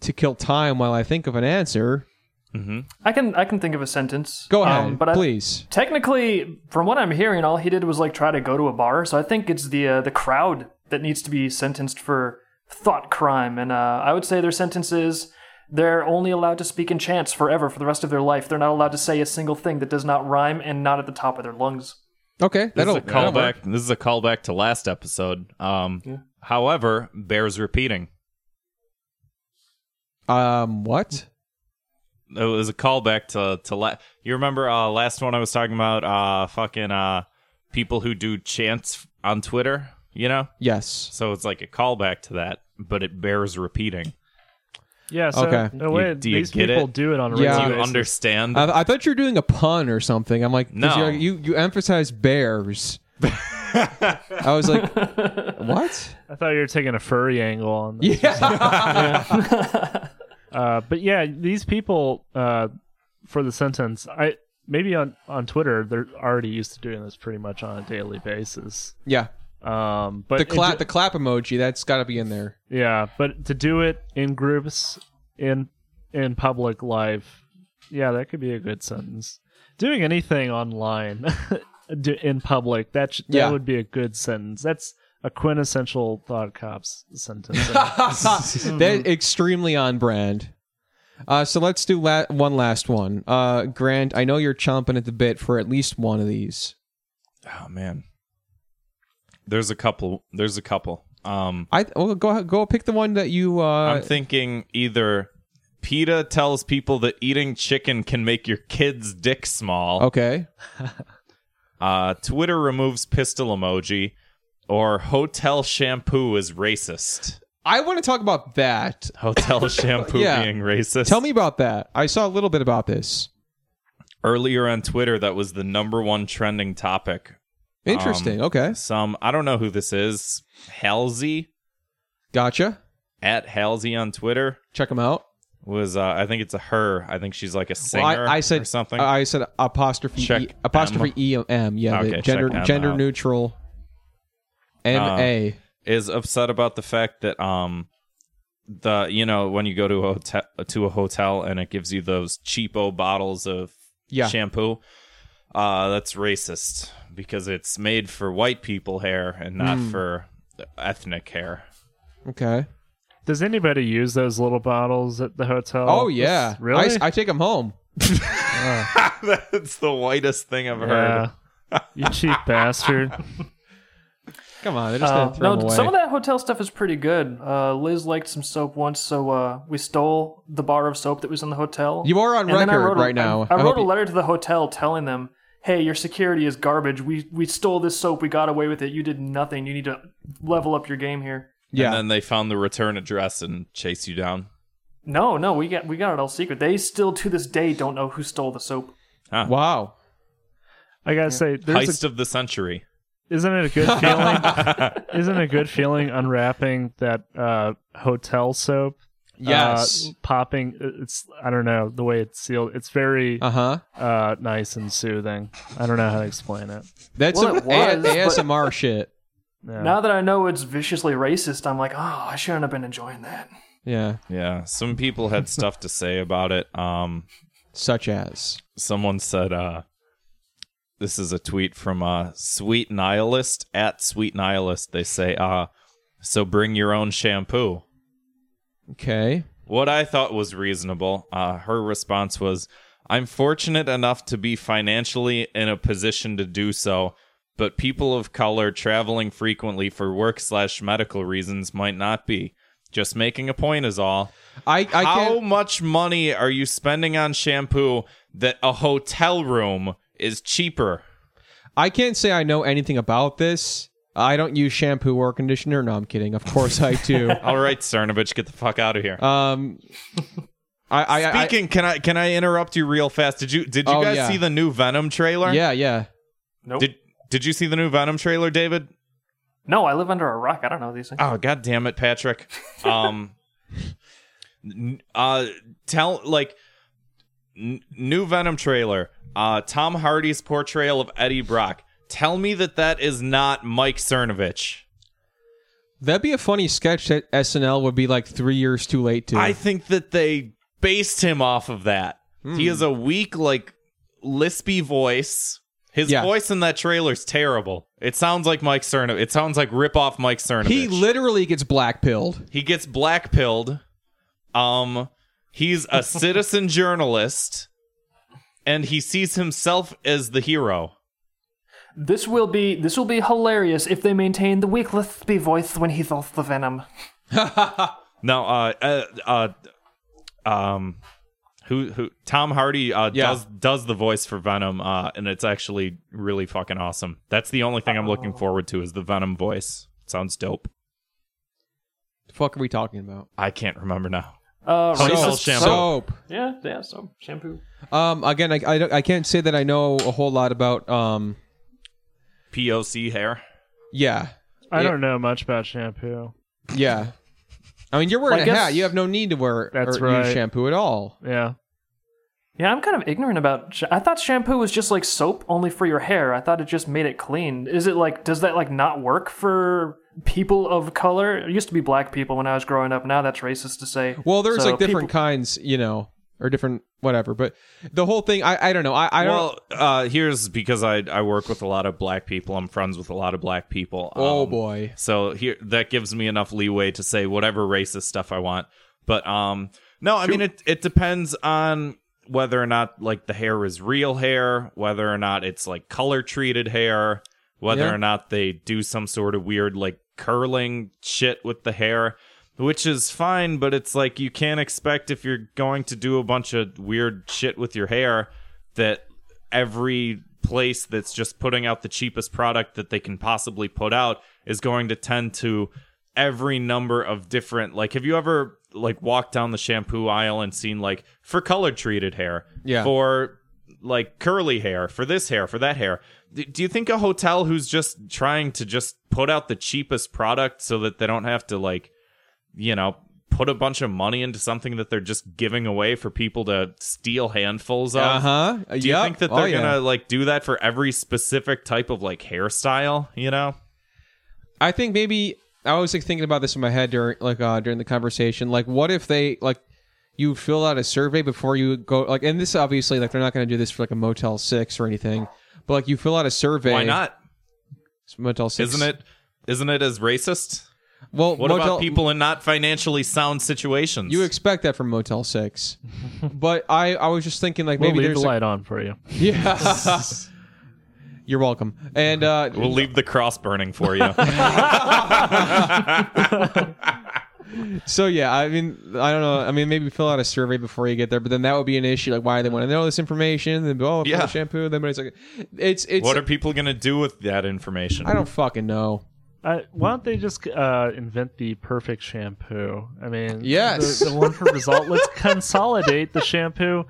to kill time while I think of an answer. Mm-hmm. I can I can think of a sentence. Go ahead, Um, but I, please. Technically, from what I'm hearing, all he did was like try to go to a bar. So I think it's the uh, the crowd that needs to be sentenced for thought crime. And uh, I would say their sentence is they're only allowed to speak in chants forever for the rest of their life. They're not allowed to say a single thing that does not rhyme and not at the top of their lungs. Okay, This is that'll a that'll work. callback. This is a callback to last episode. Um, However, bears repeating. Um, what? it was a callback to to la- you remember uh last one I was talking about uh fucking uh people who do chants on Twitter, you know? Yes. So it's like a callback to that, but it bears repeating. Yeah. So Okay. in a way, You- do you these get people it? do it on a Yeah. regular Do you basis. understand? I, I thought you were doing a pun or something. I'm like, 'cause No. you, you you emphasize bears. *laughs* I was like, *laughs* what? I thought you were taking a furry angle on. This. Yeah, Uh, but yeah, these people uh, for the sentence, I maybe on on Twitter they're already used to doing this pretty much on a daily basis. *laughs* Yeah. Um, but The it clap ju- the clap emoji, that's gotta be in *laughs* there. *laughs* Yeah, but to do it in groups in in public life, yeah, that could be a good sentence. Doing anything online *laughs* do- in public, that sh- that Yeah. would be a good sentence. That's a quintessential thought cops sentence. *laughs* They're extremely on brand. Uh, so let's do la- one last one. Uh, Grant, I know you're chomping at the bit for at least one of these. Oh man. There's a couple. There's a couple. Um I well, go ahead- go pick the one that you. Uh, I'm thinking either PETA tells people that eating chicken can make your kid's dick small. okay, Uh, Twitter removes pistol emoji, or hotel shampoo is racist. I want to talk about that. *laughs* Hotel shampoo Yeah. being racist. Tell me about that. I saw a little bit about this. earlier on Twitter that was the number one trending topic. Um, Interesting. okay, Some I don't know who this is. Halsey gotcha. at Halsey on Twitter Check them out. was uh, I think it's a her. I think she's like a singer Well, I, I or said something. Uh, I said apostrophe Check e, apostrophe em. Yeah, the Okay, check gender M gender out. neutral. M Uh, A. is upset about the fact that um the you know when you go to a hotel to a hotel and it gives you those cheapo bottles of Yeah. shampoo uh that's racist because it's made for white people hair and not Hmm. for ethnic hair *laughs* okay. Does anybody use those little bottles at the hotel? Oh yeah, Just- really? I, I take them home. that's the whitest thing i've heard yeah. you *laughs* cheap bastard. Come on, they're just Uh, gonna throw them no, away. some of that hotel stuff is pretty good. Uh, Liz liked some soap once, so uh, we stole the bar of soap that was in the hotel. You are on And then I record wrote a- right now. I, I I wrote hope a you- letter to the hotel telling them, "Hey, your security is garbage. We we stole this soap. We got away with it. You did nothing. You need to level up your game here." and yeah, then they found the return address and chase you down No, no, we got we got it all secret. They still to this day don't know who stole the soap. wow. Uh, I gotta say, there's heist a, of the century isn't it a good *laughs* feeling? isn't it a good feeling unwrapping that uh, hotel soap? Yes. uh, popping. It's I don't know the way it's sealed. It's very Uh huh. uh, nice and soothing. I don't know how to explain it. That's Well, some it was, A- but- ASMR shit. Yeah. Now that I know it's viciously racist, I'm like, oh, I shouldn't have been enjoying that. Yeah, yeah some people had stuff to say about it um such as someone said uh this is a tweet from uh sweet nihilist at sweet nihilist they say uh so bring your own shampoo okay. what i thought was reasonable uh her response was i'm fortunate enough to be financially in a position to do so but people of color traveling frequently for work slash medical reasons might not be just making a point is all I I how can't. much money are you spending on shampoo that a hotel room is cheaper? I can't say I know anything about this. I don't use shampoo or conditioner. No, I'm kidding. Of course I *laughs* do. All right, Cernovich, get the fuck out of here. um, I I, I- Speaking, can I can I interrupt you real fast? Did you did you Oh, guys yeah. see the new Venom trailer? yeah yeah. Did did you see the new Venom trailer, David? No, I live under a rock. I don't know these things. Oh god damn it, Patrick. Um n- uh tell like n- new Venom trailer. Uh Tom Hardy's portrayal of Eddie Brock. Tell me that that is not Mike Cernovich. That'd be a funny sketch that SNL would be like three years too late to. I think that they based him off of that. Hmm. He has a weak, like, lispy voice. His Yeah. voice in that trailer is terrible. It sounds like Mike Cernovich. It sounds like rip off Mike Cernovich. he literally gets black pilled. he gets black pilled. Um, he's *laughs* a citizen journalist, and he sees himself as the hero. This will be this will be hilarious if they maintain the weak lispy voice when he thoughts the venom. No, uh, uh, uh, um, who, who, Tom Hardy, uh, Yeah. does, does the voice for Venom, uh, and it's actually really fucking awesome. That's the only thing I'm looking forward to is the Venom voice. Sounds dope. The fuck are we talking about? I can't remember now. Oh, Uh, Soap. racist Shampoo. soap. Soap. Yeah, yeah, so shampoo. Um, again, I, I, don't- I can't say that I know a whole lot about. Um, POC hair. yeah, I don't know much about shampoo. yeah. I mean, you're wearing Well, I a guess- hat. You have no need to wear That's or right. use shampoo at all. Yeah. Yeah, I'm kind of ignorant about. Sh- I thought shampoo was just like soap, only for your hair. I thought it just made it clean. Is it like? Does that like not work for people of color? It used to be black people when I was growing up. Now that's racist to say. Well, there's So like different people- kinds, you know, or different whatever. But the whole thing, I, I don't know. I, I Well, uh, here's because I I work with a lot of black people. I'm friends with a lot of black people. don't. Oh um, boy. So here that gives me enough leeway to say whatever racist stuff I want. But um no, I mean it it depends on whether or not like the hair is real hair, whether or not it's like color treated hair, whether Yeah. or not they do some sort of weird like curling shit with the hair, which is fine, but it's like you can't expect if you're going to do a bunch of weird shit with your hair that every place that's just putting out the cheapest product that they can possibly put out is going to tend to every number of different like have you ever like walked down the shampoo aisle and seen like for color treated hair Yeah. for like curly hair for this hair for that hair D- do you think a hotel who's just trying to just put out the cheapest product so that they don't have to like you know put a bunch of money into something that they're just giving away for people to steal handfuls of Uh huh. do you think that they're gonna like do that for every specific type of like hairstyle? You know? I think maybe I was like thinking about this in my head during like uh during the conversation. Like, what if they like you fill out a survey before you go like, and this obviously like they're not gonna do this for like a Motel Six or anything, but like you fill out a survey. Why not? It's Motel Six, Isn't it? Isn't it as racist? Well, What Motel, about people in not financially sound situations? You expect that from Motel *laughs* Six, but I I was just thinking like We'll maybe leave there's the a- light on for you. *laughs* Yeah. *laughs* You're welcome. And uh we'll leave the cross burning for you. *laughs* so yeah, I mean I don't know. I mean maybe fill out a survey before you get there, but then that would be an issue like why they want to know this information, then oh Yeah. yeah. shampoo, then but it's like it's *laughs* it's what are people gonna do with that information? I don't fucking know. I, why don't they just uh, invent the perfect shampoo? I mean, Yes. the, the one for result. Let's consolidate the shampoo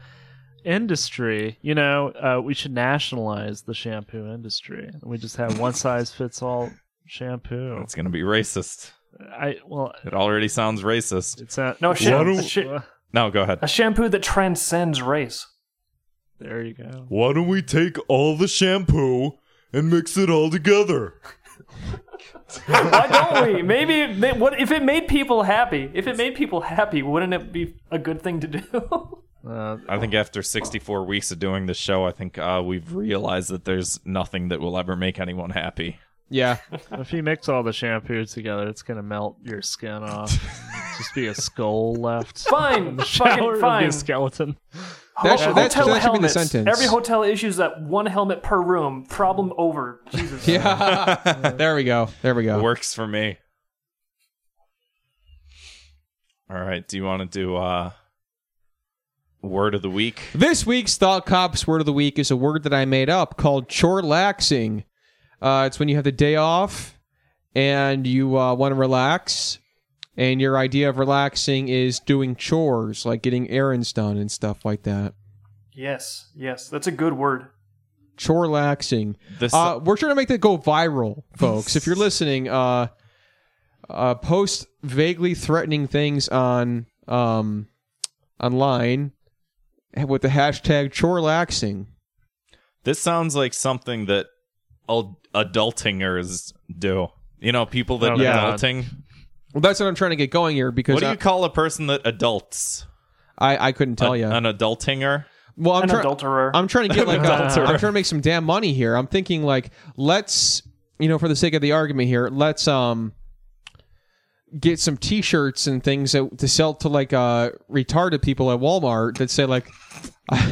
industry. You know, uh, we should nationalize the shampoo industry. We just have one size fits all shampoo. It's gonna be racist. I well, It already sounds racist. it's not No, sham- Well, a sha- No, go ahead. a shampoo that transcends race. There you go. Why don't we take all the shampoo and mix it all together? Why don't we? Maybe may- what if it made people happy? If it made people happy, wouldn't it be a good thing to do? *laughs* Uh, I think after 64 weeks of doing this show, I think uh, we've realized that there's nothing that will ever make anyone happy. *laughs* Yeah. if you mix all the shampoos together, it's gonna melt your skin off. just be a skull left. fine, *laughs* Shower, fucking it'll be fine. a skeleton. That should- that should- that should be the helmets. sentence. Every hotel issues that one helmet per room. Problem over. Jesus. *laughs* Yeah. there we go. There *laughs* we go. Works for me. All right. Do you want to do uh, word of the week? This week's Thought Cops word of the week is a word that I made up called chorlaxing. Uh, it's when you have the day off and you uh, want to relax, and your idea of relaxing is doing chores, like getting errands done and stuff like that. Yes, yes, that's a good word. Chorlaxing. This Uh, we're trying to make that go viral, folks. *laughs* if you're listening, uh, uh, post vaguely threatening things on um, online with the hashtag chorlaxing. this sounds like something that al- adultingers do. You know, people that Oh, yeah. adulting. Well, that's what I'm trying to get going here because What do Uh, I, Oh, you call a person that adults? I, I couldn't tell A- you. An adultinger. well, I'm An trying. adulterer. I'm trying to get like. A, I'm adulterer. trying to make some damn money here. I'm thinking like, let's you know, for the sake of the argument here, let's um get some T-shirts and things that, to sell to like uh retarded people at Walmart that say like. *laughs*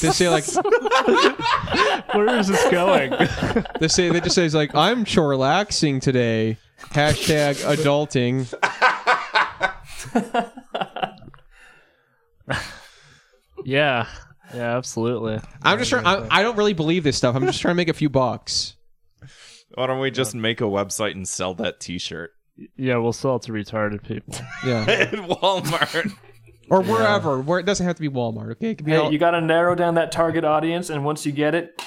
they say like Where is this going? *laughs* they say they just says like I'm chorlaxing today. Hashtag adulting. yeah, yeah, absolutely. I'm just trying. I, I don't really believe this stuff. I'm just trying to make a few bucks. Why don't we just make a website and sell that t shirt Yeah, we'll sell it to retarded people. *laughs* Yeah. *laughs* at Walmart? or wherever. Where it doesn't have to be Walmart. Okay, it could be Hey, all- you got to narrow down that target audience, and once you get it,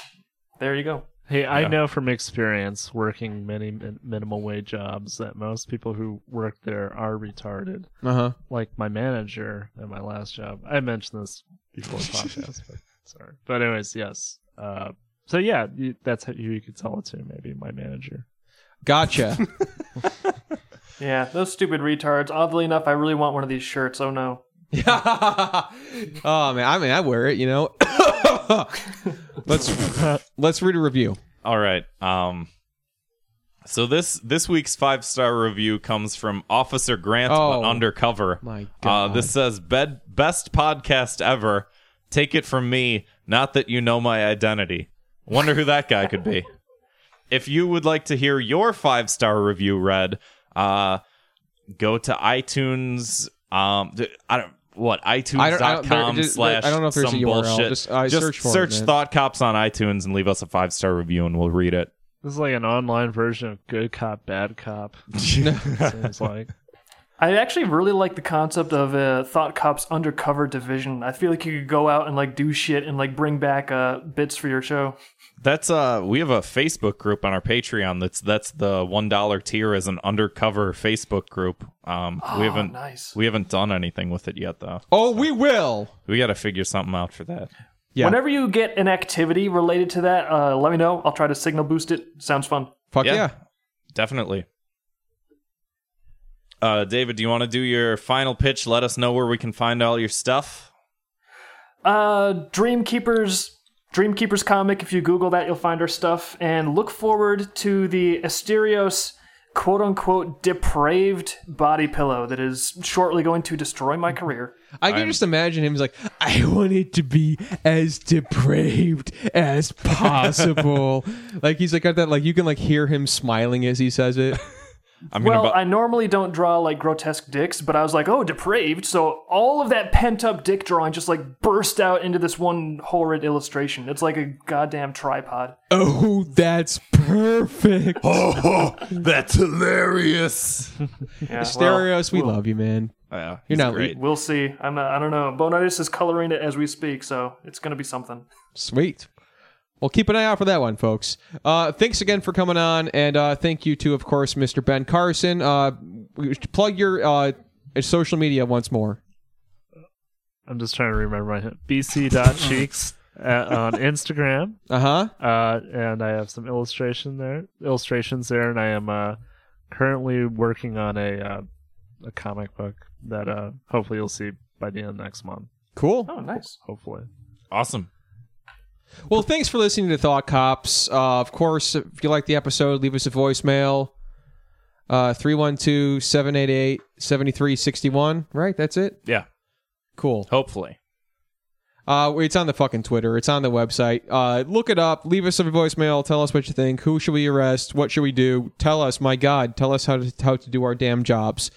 there you go. Hey, I know from experience working many min- minimum wage jobs that most people who work there are retarded. Uh huh. Like my manager at my last job. I mentioned this before the podcast, but sorry. But anyways, yes. Uh, so yeah, you, that's who you could tell it to. Maybe my manager. Gotcha. Yeah, those stupid retards. Oddly enough, I really want one of these shirts. Oh no. Yeah. *laughs* oh man, I mean, I wear it. You know. *coughs* let's let's read a review. All right. Um so this this week's five star review comes from Officer Grant Oh. but undercover. My Uh, God. this says bed best podcast ever. Take it from me, not that you know my identity. Wonder who that guy could be. If you would like to hear your five star review read, uh, go to iTunes. Um, d- I don't what I don't- I don't- iTunes.com there- slash I don't know if there's a some URL. bullshit. Just, uh, search for it, man. Thought Cops on iTunes and leave us a five star review, and we'll *laughs* read it. *laughs* This is like an online version of Good Cop, Bad Cop. Seems like. I actually really like the concept of uh, Thought Cop's undercover division. I feel like you could go out and like do shit and like bring back uh, bits for your show. That's uh we have a Facebook group on our Patreon that's that's the one dollar tier as an undercover Facebook group. Um we haven't Ah, nice. we haven't done anything with it yet though. Oh, we will. We gotta figure something out for that. Yeah. Whenever you get an activity related to that, uh, let me know. I'll try to signal boost it. Sounds fun. Fuck Yeah. yeah. Definitely. Uh David, do you wanna do your final pitch? Let us know where we can find all your stuff. Uh, Dreamkeepers, Dreamkeepers comic. If you Google that, you'll find our stuff. And look forward to the Asterios quote unquote depraved body pillow that is shortly going to destroy my career. I can just imagine him. He's like, I want it to be as depraved as possible. like he's like got that. Like you can like hear him smiling as he says it. I'm *laughs* Well, gonna I normally don't draw like grotesque dicks, but I was like, oh, depraved. So all of that pent up dick drawing just like burst out into this one horrid illustration. It's like a goddamn tripod. Oh, that's perfect. Oh, that's hilarious. Yeah, well, Stereos, we love you, man. Oh, Yeah, You're he's not great. we'll see. I'm not, I don't know. Bonitis is coloring it as we speak, so it's going to be something. Sweet. Well, keep an eye out for that one, folks. Uh, thanks again for coming on, and uh, thank you to, of course, Mr. Ben Carson. Uh, we- plug your uh, social media once more. I'm just trying to remember my bc.cheeks at, uh, on Instagram. Uh huh. uh, and I have some illustration there, illustrations there, and I am uh, currently working on a uh, a comic book that uh, hopefully you'll see by the end of next month. Cool. Oh, nice. Hopefully, Awesome. Well, thanks for listening to Thought Cops. Uh, of course, if you like the episode, leave us a voicemail. Uh, 312-788-7361. Right? That's it? Yeah. Cool. Hopefully. Uh, it's on the fucking Twitter. It's on the website. Uh, look it up. Leave us a voicemail. Tell us what you think. Who should we arrest? What should we do? Tell us, my God, tell us how to how to do our damn jobs.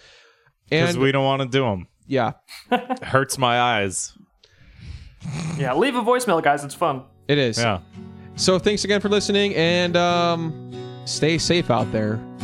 Because And we don't want to do them. yeah, It hurts my eyes. Yeah, leave a voicemail, guys. It's fun. it is. Yeah. So thanks again for listening, and um, stay safe out there.